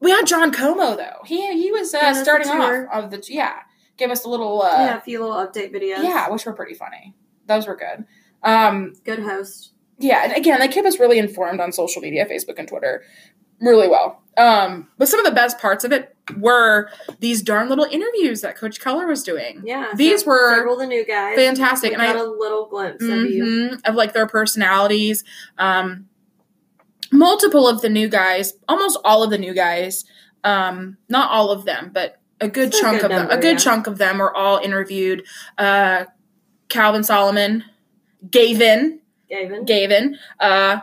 we had John Como though. He he was uh,
Gave us a
starting off
tour.
of the yeah. Give us a little uh
yeah, a few little update videos.
yeah, which were pretty funny. Those were good. Um
Good host.
yeah and again they kept us really informed on social media facebook and twitter really well um, but some of the best parts of it were these darn little interviews that coach keller was doing
Yeah.
These
so-
were
several of the new guys.
fantastic
We
and i
got a little glimpse of you.
Mhm, of like their personalities um, multiple of the new guys almost all of the new guys um, not all of them but a good
Still a
chunk
good
of
number,
them a good
yeah.
chunk of them were all interviewed uh, calvin solomon gavin
Gavin.
gavin uh,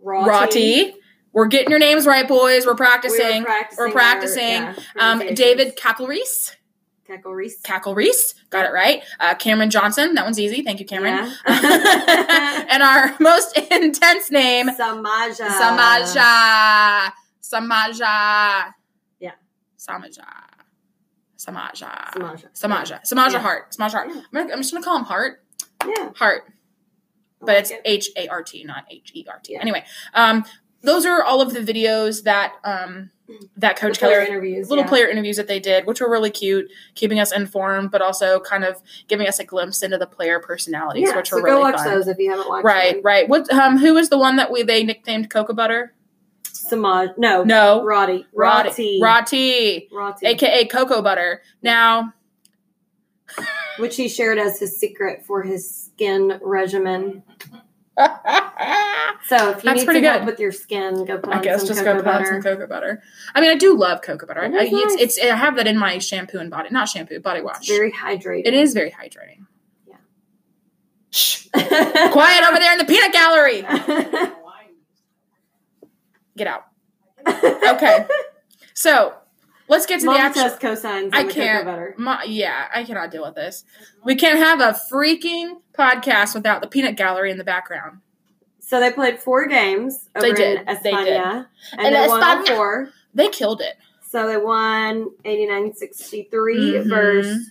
Raw, tea.
Rotty. We're getting your names right, boys. We're
We
practicing.
were practicing.
We're practicing.
our- yeah,
um,
pronunciations.
David Cackle Reese.
Keckle Reese.
Cackle Reese. Got it right. Uh, Cameron Johnson. That one's easy. Thank you, Cameron.
Yeah.
and our most intense name,
Samaja.
Samaja. Samaja.
Yeah.
Samaja. Samaja.
Samaja.
Samaja. Samaja
Yeah.
Hart. Samaja Hart.
Yeah.
I'm, gonna- I'm just going to call him Hart.
Yeah.
Hart.
I
but
like
it's
it.
H A R T, not H E R T.
Yeah.
Anyway, um, those are all of the videos that um, that
The
Coach
player
Keller
interviews.
little
yeah.
player interviews that they did, which were really cute, keeping us informed, but also kind of giving us a glimpse into the player personalities,
Yeah,
which
so
were
go
really
watch
fun.
those if you haven't watched
Right,
them.
right. What? Um, who was the one that we they nicknamed Cocoa Butter?
Samaj. No.
No,
Roddy.
Roddy,
Roddy.
Roti,
Roddy.
aka Cocoa Butter. Now,
Which he shared as his secret for his skin regimen.
I
So if you
That's
need
pretty
to help
good.
with your skin, go put on
guess
some
just go
cocoa
put on
butter.
some cocoa butter. I mean, I do love cocoa butter. I,
It
I,
is nice.
it's, it's I have that in my shampoo and body, not shampoo, body wash.
It's very hydrated.
It is very hydrating.
Yeah.
Shh. Quiet over there in the peanut gallery. Get out. Okay. So let's get to
Mom
the actual.
test cosines.
I
on the
can't.
Cocoa butter.
My, yeah, I cannot deal with this. We can't have a freaking podcast without the peanut gallery in the background.
So they played four games over
They did.
in
They did.
España, and
In
they won all
España.
four.
They killed it.
So they won 89-63
Mhm.
versus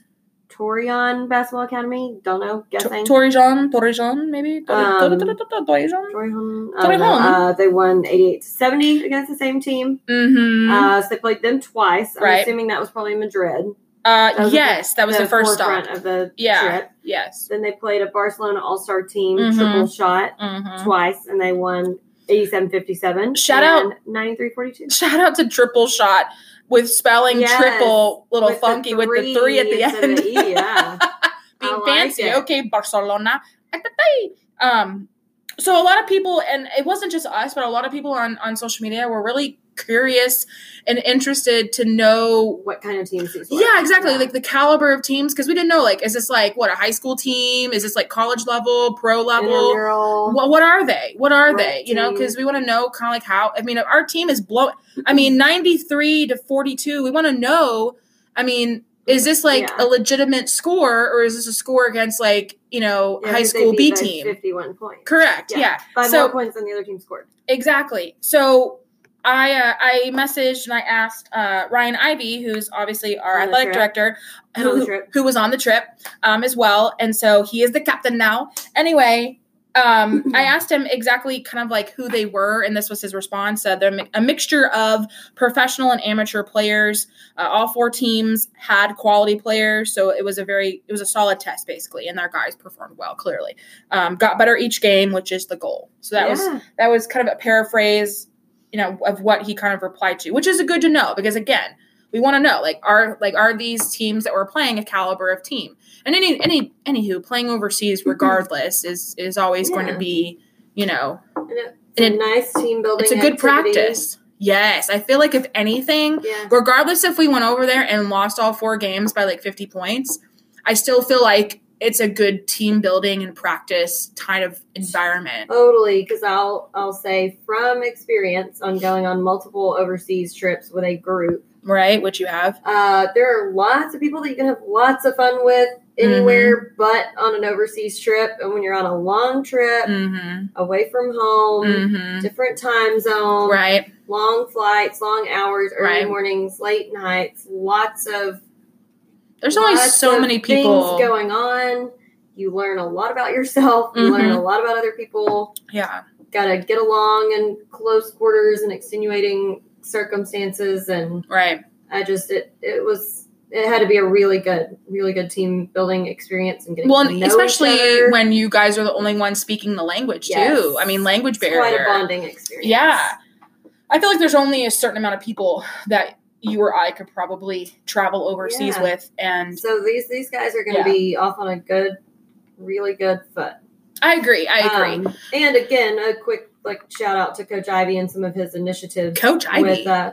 Torreon Basketball Academy. Don't know. Guessing.
Torrejon, Torrejon, maybe?
Um,
Torrejon?
Torreon. I don't know.
Torrejon.
Uh, they won 88 to 70 against the same team.
Mm-hmm. Uh,
Uh, so they played them twice. I'm
Right.
assuming that was probably Madrid. was the-
Uh, yes, that was the, first stop.
forefront of the
Yeah.
trip.
Yes.
Then they played a Barcelona All Star team
Mhm.
triple shot
Mhm.
twice, and they won 87-57.
Shout
and 93-42.
Shout out to Triple Shot with spelling
Yes.
triple little
With the
funky with the three at the
instead of
end.
the E, yeah.
being
I like
fancy.
it.
Okay, Barcelona. Atatay. Um, so a lot of people, and it wasn't just us, but a lot of people on on social media were really curious and interested to know.
What kind of team suits? what.
Yeah, exactly. Like the caliber of teams, because we didn't know. Like, is this like what a high school team? Is this like college level, pro level?
Intramural.
What, what are they? What are
Right,
they? You know,
team.
because we want to know kind of like how. I mean, our team is blow. I mean, ninety three to forty two. We want to know. I mean, is this like a
Yeah.
legitimate score, or is this a score against like you know
Yeah,
high
because they
school B
beat by
team?
Fifty-one points.
Correct.
Yeah.
Yeah.
Five
So-
more points than the other team scored.
Exactly. So. I, uh, I messaged and I asked uh, Ryan Ivy, who's obviously our
On the
athletic
trip.
director,
On
who,
the trip.
who was on the trip um, as well. And so he is the captain now. Anyway, um, I asked him exactly kind of like who they were, and this was his response. Uh, they're mi- a mixture of professional and amateur players. Uh, all four teams had quality players, so it was a very it was a solid test basically, and our guys performed well. Clearly, um, got better each game, which is the goal. So that was
Yeah.
that was kind of a paraphrase you know of what he kind of replied to which is good to know because again we want to know like are like are these teams that we're playing a caliber of team and any any anywho playing overseas regardless is is always going
Mm-hmm. Yeah.
to be you know
It's a
and it-
nice team building.
it's a good
activity.
practice yes i feel like if anything
Yeah.
regardless if we went over there and lost all four games by like 50 points i still feel like it's a good team building and practice kind of environment
Totally, because I'll I'll say from experience on going on multiple overseas trips with a group.
right which you have
Uh, there are lots of people that you can have lots of fun with
Mm-hmm.
anywhere but on an overseas trip. And when you're on a long trip,
mm-hmm
away from home,
mm-hmm
different time zone,
right
long flights, long hours, early
Right.
mornings, late nights, lots of
There's only
lots
so
of
many
things
people.
going on. You learn a lot about yourself. You learn
Mm-hmm.
a lot about other people.
yeah,
Gotta get along in close quarters and extenuating circumstances. And
right.
I just it it was it had to be a really good, really good team building experience and getting
Well,
to
and
know each
especially
other.
when you guys are the only ones speaking the language
Yes.
too. I mean, language
it's quite a
barrier.
bonding experience.
Yeah, I feel like there's only a certain amount of people that you or I could probably travel overseas
Yeah.
with, and
So these these guys are going
Yeah.
to be off on a good, really good foot.
I agree. I agree.
Um, and again, a quick like shout out to Coach Ivy and some of his initiatives
Coach Ivy.
with. Uh,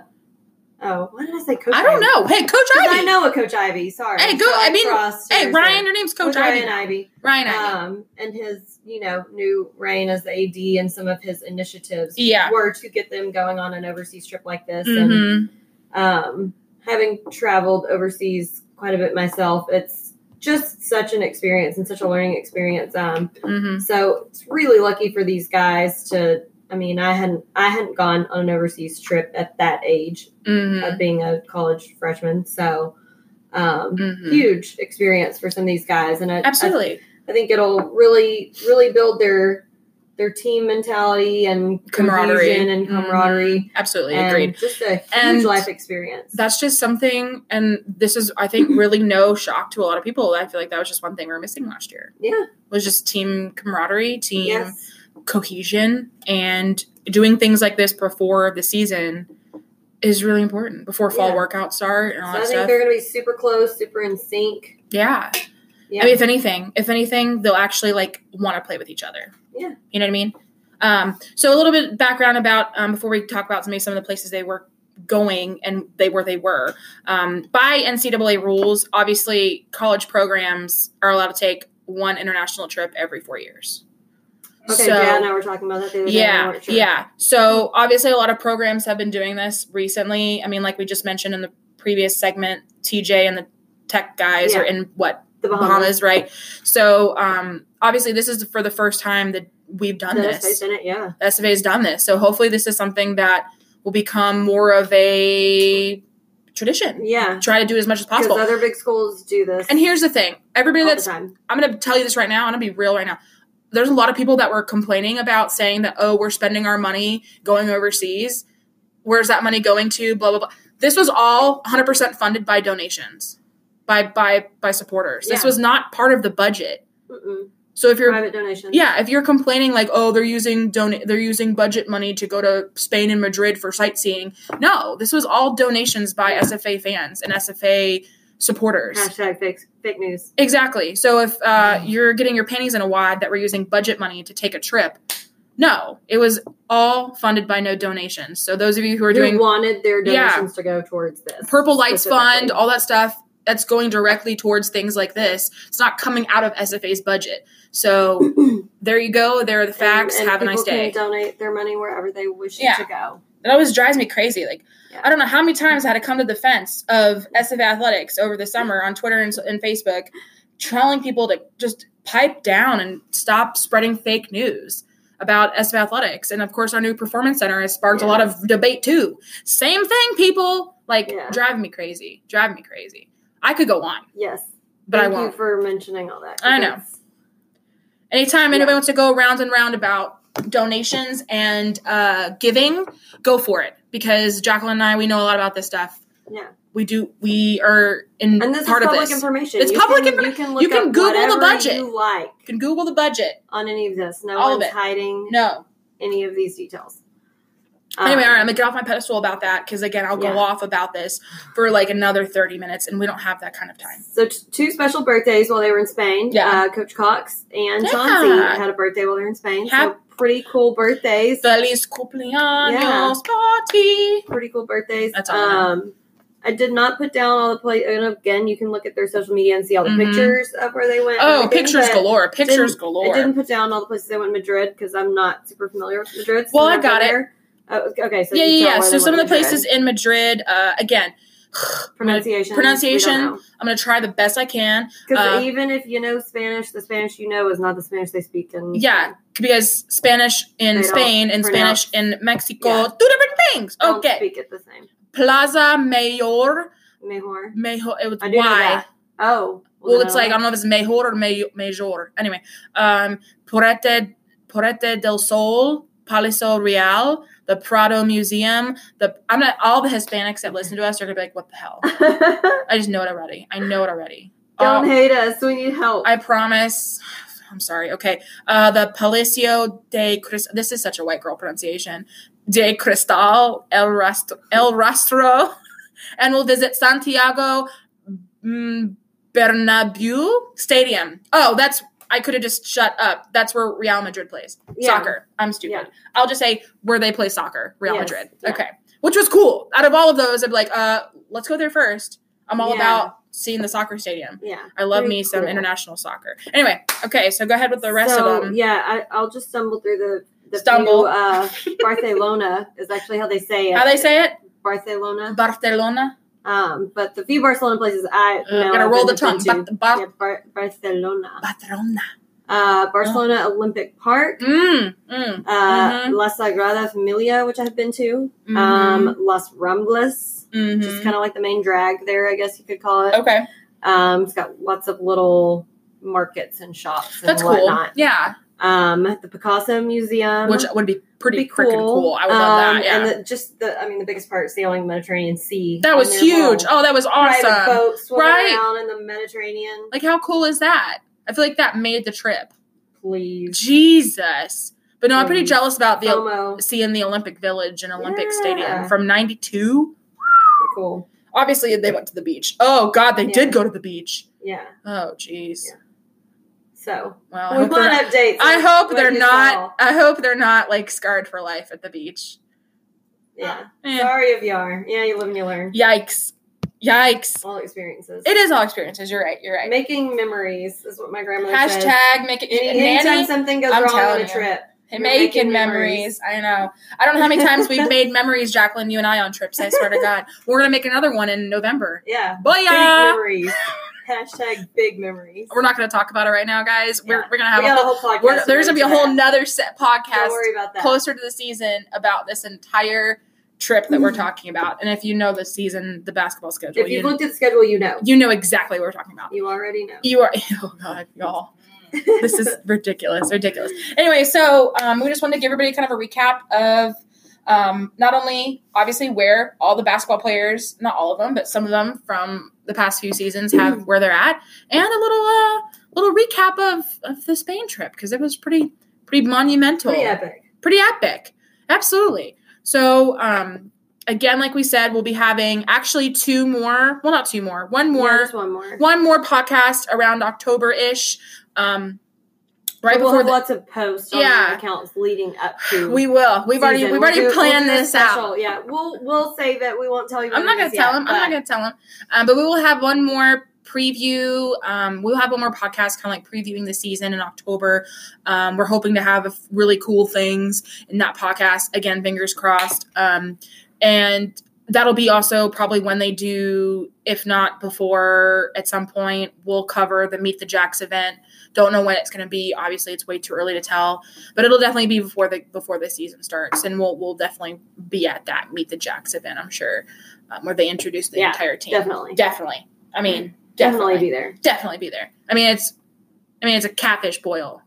oh, why did I say Coach?
I don't
Ivy?
know. Hey, Coach
'Cause
Ivy.
I know a Coach Ivy. Sorry.
Hey, go-
So
I mean,
crossed
Hey,
hers
Ryan.
there.
Her name's Coach
Coach Ryan
Ivy.
Ivy.
Ryan Ivy.
Um, and his you know new reign as the AD and some of his initiatives
Yeah.
were to get them going on an overseas trip like this and
Mhm.
um, having traveled overseas quite a bit myself, it's just such an experience and such a learning experience. Um,
Mhm.
so it's really lucky for these guys to. I mean, I hadn't I hadn't gone on an overseas trip at that age
Mhm.
of being a college freshman, so um,
Mhm.
huge experience for some of these guys, and I, I-
Absolutely.
I think it'll really really build their their team mentality and
Camaraderie.
cohesion and camaraderie.
Mhm. Absolutely
And
agreed.
just a huge
And
life experience.
that's just something and this is i think really no shock to a lot of people i feel like that was just one thing we were missing last year
Yeah.
was just team camaraderie team
Yes.
cohesion and doing things like this before the season is really important before fall
Yeah.
workouts start and all
So I
that
think
stuff
they're going to be super close, super in sync.
yeah.
Yeah.
i mean if anything if anything they'll actually like want to play with each other
Yeah.
you know what i mean um, so a little bit background about um, before we talk about maybe some of the places they were going and they where they were um, by ncaa rules obviously college programs are allowed to take one international trip every four years
okay,
so-
Dad and I were talking about that the other day. and we
yeah
weren't sure.
yeah so obviously a lot of programs have been doing this recently i mean like we just mentioned in the previous segment tj and the tech guys are in what
The
the
Bahamas.
Bahamas, right? So um, obviously, this is for the first time that we've done
Dennis
this.
Page in it, yeah.
SFA has done this, so hopefully, this is something that will become more of a tradition.
Yeah.
Try to do it as much as
Because
possible.
other big schools do this
and here's the thing everybody
all
that's
the time.
I'm going to tell you this right now. I'm going to be real right now. There's a lot of people that were complaining about saying that, oh, we're spending our money going overseas. Where's that money going to? Blah, blah, blah. This was all 100% funded by donations, by by by supporters. This
Yeah.
was not part of the budget.
Mm-mm.
So if you're
Private donations.
yeah, if you're complaining like, oh, they're using donate, they're using budget money to go to Spain and Madrid for sightseeing. No, this was all donations by SFA fans and SFA supporters.
Hashtag fake, fake news.
Exactly. So if uh, you're getting your panties in a wad that we're using budget money to take a trip, no, it was all funded by no donations. So those of you who are
Who
doing
wanted their
Yeah.
donations to go towards this?
Purple Lights Fund,
specifically.
all that stuff, that's going directly towards things like this. It's not coming out of SFA's budget. So there you go. There are the facts.
And- and
Have a nice
people
day.
Can donate their money wherever they wish it
Yeah.
to go.
It always drives me crazy. Like
Yeah.
I don't know how many times I had to come to the fence of SF athletics over the summer on Twitter and, and Facebook, telling people to just pipe down and stop spreading fake news about SF athletics. And of course, our new performance center has sparked a lot of debate too. Same thing, people. Like
Yeah.
drive me crazy. Drive me crazy. I could go on,
Yes.
but
Thank
I
you
won't.
for mentioning all that.
I know.
because-
Anytime
Yeah.
anybody wants to go round and round about donations and uh, giving, go for it because Jacqueline and I we know a lot about this stuff.
Yeah.
we do. We are in
And this
part
is
of
public
this.
information.
It's
you
public
Can,
informa-
you can look
you can
up
Google the
whatever
budget.
you like
you can Google the budget.
on any of this. No
All of it.
one's hiding
No.
any of these details.
anyway, all
Um,
right, I'm gonna get off my pedestal about that because again, I'll
Yeah.
go off about this for like another 30 minutes, and we don't have that kind of time.
So t- two special birthdays while they were in Spain.
Yeah.
Uh, Coach Cox and
Yeah.
Chauncey had a birthday while they were in Spain.
Hap-
so pretty cool birthdays.
Feliz cumpleaños
Yeah.
party.
pretty cool birthdays.
That's all I know.
um, I did not put down all the play. And again, you can look at their social media and see all the
Mhm.
pictures of where they went. and
Oh,
everything,
pictures
but
galore! Pictures
I didn't
galore.
put down all the places they went in Madrid because I'm not super familiar with Madrid.
Well, I
I've been
got it.
there. Oh, okay, so
Yeah,
you
yeah,
tell
yeah.
why
So
they
some of
went
the
to Madrid.
places in Madrid, uh, again,
pronunciation,
pronunciation, I'm gonna try the best I can.
Because
uh,
even if you know Spanish, the Spanish you know is not the Spanish they speak in.
Yeah, because Spanish
They
in
don't
Spain and
pronounce-
Spanish in Mexico,
Yeah.
two different things.
Don't
okay,
speak it the same.
Plaza Mayor,
Mejor.
Mayor. It was
I do know
Y.
that. Oh,
Well,
then
it's
I
like I
don't
don't know if it's Mayor or Mayo- Mayor. Anyway, um, Porete, Porete del Sol, Palacio Real, the Prado Museum. The I'm not all the Hispanics that listen to us are gonna be like, what the hell?
know.
I just know it already. I know it already.
Don't
Um,
hate us. We need help.
I promise. I'm sorry. Okay. Uh, the Palacio de Cris- This is such a white girl pronunciation. De Cristal El Rastro, El Rastro and we'll visit Santiago mm, Bernabeu Stadium. Oh, that's I could have just shut up. That's where Real Madrid plays
Yeah.
soccer. I'm stupid.
Yeah.
I'll just say where they play soccer, Real
Yes,
Madrid.
yeah.
Okay, which was cool. Out of all of those, I'd be like, uh, let's go there first. I'm all
Yeah.
about seeing the soccer stadium.
Yeah.
I love
Very
me some
cool.
international soccer. Anyway, okay, so go ahead with the rest
so,
of them.
Yeah, I, I'll just stumble through the, the
Stumble.
Few, uh, Barcelona is actually how they say it.
How they say it?
Barcelona.
Barcelona.
Um, but the few Barcelona places I
Uh,
know
gotta
I've
roll the
been
tongue.
to-
Bar-
yeah,
bar-
Bar- Barcelona.
Barcelona.
Uh, Barcelona Olympic Park.
Mm, mm,
Uh,
Mhm.
La Sagrada Familia, which I've been to.
mhm,
Um, Las Ramblas, which is
mhm.
kind of like the main drag there, I guess you could call it.
Okay,
Um, it's got lots of little markets and shops and
that's cool.
whatnot.
Yeah,
Um, the Picasso Museum,
which would be pretty freaking cool. I would
Um,
love that. Yeah,
And the, just the, I mean, the biggest part, sailing Mediterranean Sea.
that
on
was
their
huge.
little
Oh, that was
private
awesome.
Boat swimming
Right.
around in the Mediterranean.
Like, how cool is that? I feel like that made the trip.
Please,
Jesus. But no, I'm pretty
Mm.
jealous about the
FOMO,
seeing the Olympic Village and Olympic Stadium
Yeah.
from '92.
cool.
Obviously, they went to the beach. Oh God, they
Yeah.
did go to the beach.
Yeah.
Oh jeez.
Yeah. So
Well, I
we
hope they're
want
not-
updates.
I
on
hope
what
they're
you
not.
saw.
I hope they're not like scarred for life at the beach.
Yeah.
Eh.
Sorry if you are. Yeah, you live and you learn.
Yikes! Yikes!
All experiences.
It is all experiences. You're right. You're right.
Making memories is what my grandmother says.
Hashtag make it
Any,
nanny,
anytime something goes
I'm
wrong on
telling
a
you.
trip,
Hey,
You're
making
making
memories. I know. I don't know how many times we've made memories, Jacqueline, you and I on trips. I swear to God, we're gonna make another one in November.
yeah. Big
Booyah!
memories. Hashtag big memories.
We're not gonna talk about it right now, guys. We're,
Yeah.
we're gonna have
we
a
got
whole.
a whole podcast.
We're, there's gonna be a whole
dedicated
nother set
to that. Don't
podcast
worry about that.
closer to the season about this entire trip that we're talking about. And if you know the season, the basketball schedule,
Mm-hmm. If
you,
you've looked at the schedule, you know.
you know exactly what we're talking about.
You already know.
You are, oh God, y'all this is ridiculous, ridiculous. Anyway, so um, we just wanted to give everybody kind of a recap of um, not only obviously where all the basketball players, not all of them, but some of them from the past few seasons
Mm-hmm.
have where they're at, and a little uh, little recap of of the Spain trip because it was pretty pretty monumental,
pretty epic.
pretty epic, absolutely. So um, again, like we said, we'll be having actually two more, well, not two more, one more
Yeah, just one more.
one more podcast around October ish. Um, right
But we'll
before
have
the,
lots of posts on
Yeah.
the accounts leading up to.
we will. We've already
season.
we've
We'll
already
do- we'll
planned
do a
this
special.
out.
Yeah, we'll we'll save it. We won't tell you.
I'm
what
not
it
gonna
is
tell
yet,
him. I'm not
but-
gonna tell him. Um, but we will have one more preview. Um, we'll have one more podcast, kind of like previewing the season in October. Um, we're hoping to have a f- really cool things in that podcast. Again, fingers crossed. Um, and that'll be also probably when they do, if not before, at some point. We'll cover the Meet the Jacks event. Don't know when it's going to be. Obviously, it's way too early to tell, but it'll definitely be before the before the season starts, and we'll we'll definitely be at that Meet the Jacks event. I'm sure, um, where they introduce the
Yeah,
entire team.
Definitely, Mm-hmm.
Definitely. I mean,
definitely
definitely,
be there.
definitely be there. I mean, it's, I mean, it's a catfish boil.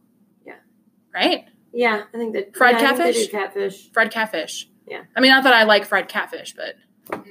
Yeah.
Right.
Yeah, I think that
Fried
yeah, I think they
catfish?
do catfish.
Fried catfish.
Yeah.
I mean, not that I like fried catfish, but
Mm.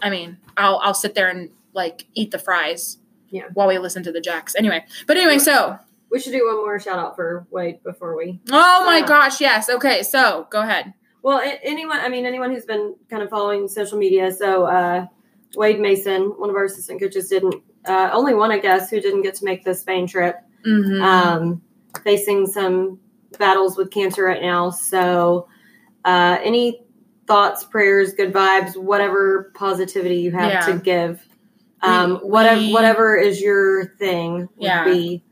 I mean, I'll I'll sit there and like eat the fries.
Yeah.
While we listen to the jacks. Anyway, but anyway, so
We should do one more shout out for Wade before we.
oh my
Yeah.
gosh, yes. Okay, so go ahead.
Well, a- anyone, I mean, anyone who's been kind of following social media. So, uh, Wade Mason, one of our assistant coaches, didn't, uh, only one, I guess, who didn't get to make the Spain trip,
Mhm.
um, facing some battles with cancer right now. So, uh, any thoughts, prayers, good vibes, whatever positivity you have
Yeah.
to give, um,
We-
whatever,
we-
whatever is your thing, would
Yeah.
be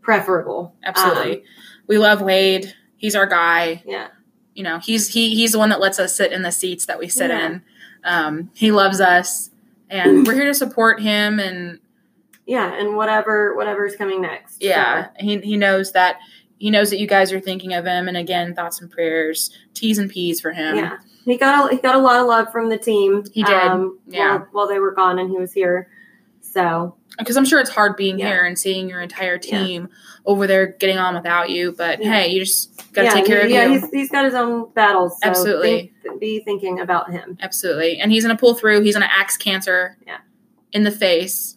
preferable.
Absolutely. we love Wade. He's our guy.
um, Yeah.
you know he's he he's the one that lets us sit in the seats that we sit
Yeah.
in um, he loves us and we're here to support him and
Yeah. And whatever, whatever's coming next.
yeah he, he knows that he knows that you guys are thinking of him and again thoughts and prayers t's and p's for him
Yeah, he got a, he got a lot of love from the team.
He did,
Um,
yeah.
while, while they were gone and he was here. So
because i'm sure it's hard being
Yeah.
here and seeing your entire
Yeah.
team over there getting on without you but
Yeah.
hey you just gotta
yeah,
take care of
yeah,
you
he's he's got his own battles. So
Absolutely.
think- be thinking about him.
absolutely and he's gonna pull through he's gonna axe cancer
Yeah.
in the face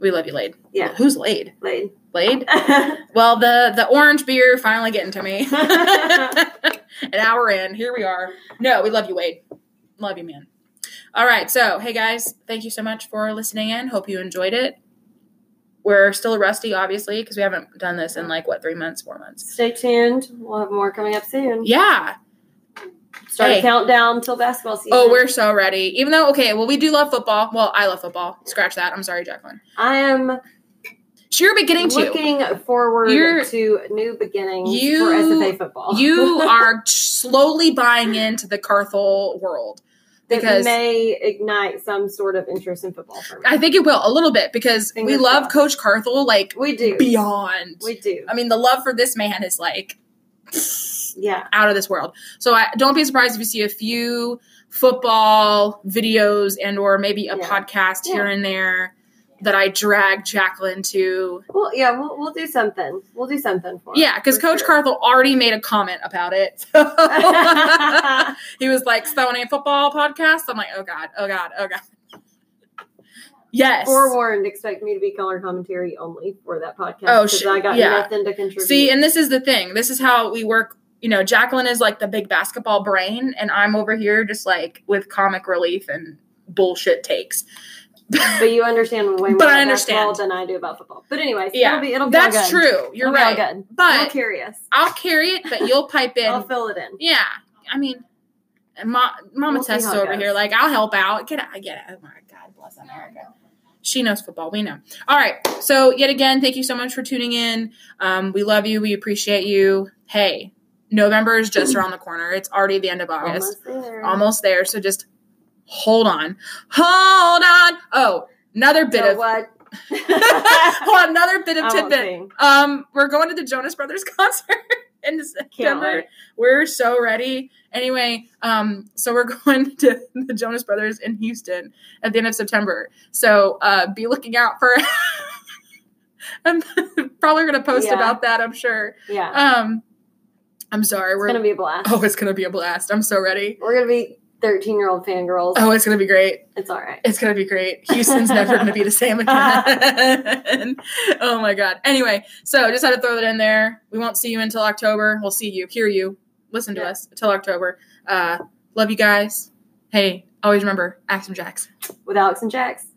we love you Lade.
Yeah,
who's Lade?
Lade.
Lade? Well, the the orange beer finally getting to me. An hour in, here we are. No, we love you, Wade. Love you, man. All right, so hey guys, thank you so much for listening in. Hope you enjoyed it. We're still rusty, obviously, because we haven't done this in like what three months, four months.
Stay tuned. We'll have more coming up soon.
Yeah.
Start
Hey.
a countdown till basketball season.
Oh, we're so ready. Even though, okay, well, we do love football. Well, I love football. Scratch that. I'm sorry, Jacqueline.
I am
Sure, beginning to.
looking forward
You're-
to new beginnings
You-
for SFA football.
You are slowly buying into the Carthel world.
that
because-
may ignite some sort of interest in football for me.
I think it will a little bit because we
Fingers
love Coach Carthel like
we do
beyond.
We do.
I mean, the love for this man is like
Yeah.
out of this world. So I don't be surprised if you see a few football videos and or maybe a
Yeah.
podcast here and there that I drag Jacqueline to.
Well, yeah, we'll, we'll do something. We'll do something for
Yeah, because
for
Coach
sure.
Carthel already made a comment about it. he was like, "So any football podcast?" I'm like, "Oh god, oh god, oh god." Yes.
Forewarned, expect me to be color commentary only for that podcast.
Oh,
'cause
sh-
I got
yeah.
nothing to contribute.
See, and this is the thing. This is how we work. You know, Jacqueline is like the big basketball brain, and I'm over here just like with comic relief and bullshit takes.
but you understand way more
But I
about
understand.
basketball than I do about football. But anyways,
Yeah.
it'll be it'll be all
That's
good.
true. You're
It'll be all
right.
good. I'm
But
curious.
I'll carry it, but you'll pipe
I'll
in.
fill it in.
Yeah. I mean, and Ma- Mama
We'll see
Tessa
how it
over
goes.
here, like, I'll help out. Get out. Get out. Oh my God. Bless America. She knows football. We know. All right. So, yet again, thank you so much for tuning in. Um, we love you. We appreciate you. Hey, November is just around the corner. It's already the end of August.
Almost there.
almost there. So just hold on, hold on. Oh, another bit
So
of
what?
hold on, another bit
I
of
won't
tidbit.
sing.
Um, we're going to the Jonas Brothers concert. in September. We're so ready. Anyway, um, so we're going to the Jonas Brothers in Houston at the end of September. So uh, be looking out for. I'm probably going to post
Yeah.
about that. I'm sure.
Yeah.
Um, I'm sorry.
it's
We're
going to be a blast.
oh, it's going to be a blast. I'm so ready.
We're going to be 13 year old fangirls.
Oh, it's going to be great.
It's all right.
It's gonna be great. Houston's never gonna be the same again. oh my god. Anyway, so just had to throw that in there. We won't see you until October. We'll see you, hear you, listen to
Yeah.
us until October. Uh, love you guys. Hey, always remember, Axe and Jacks.
With Alex and Jax.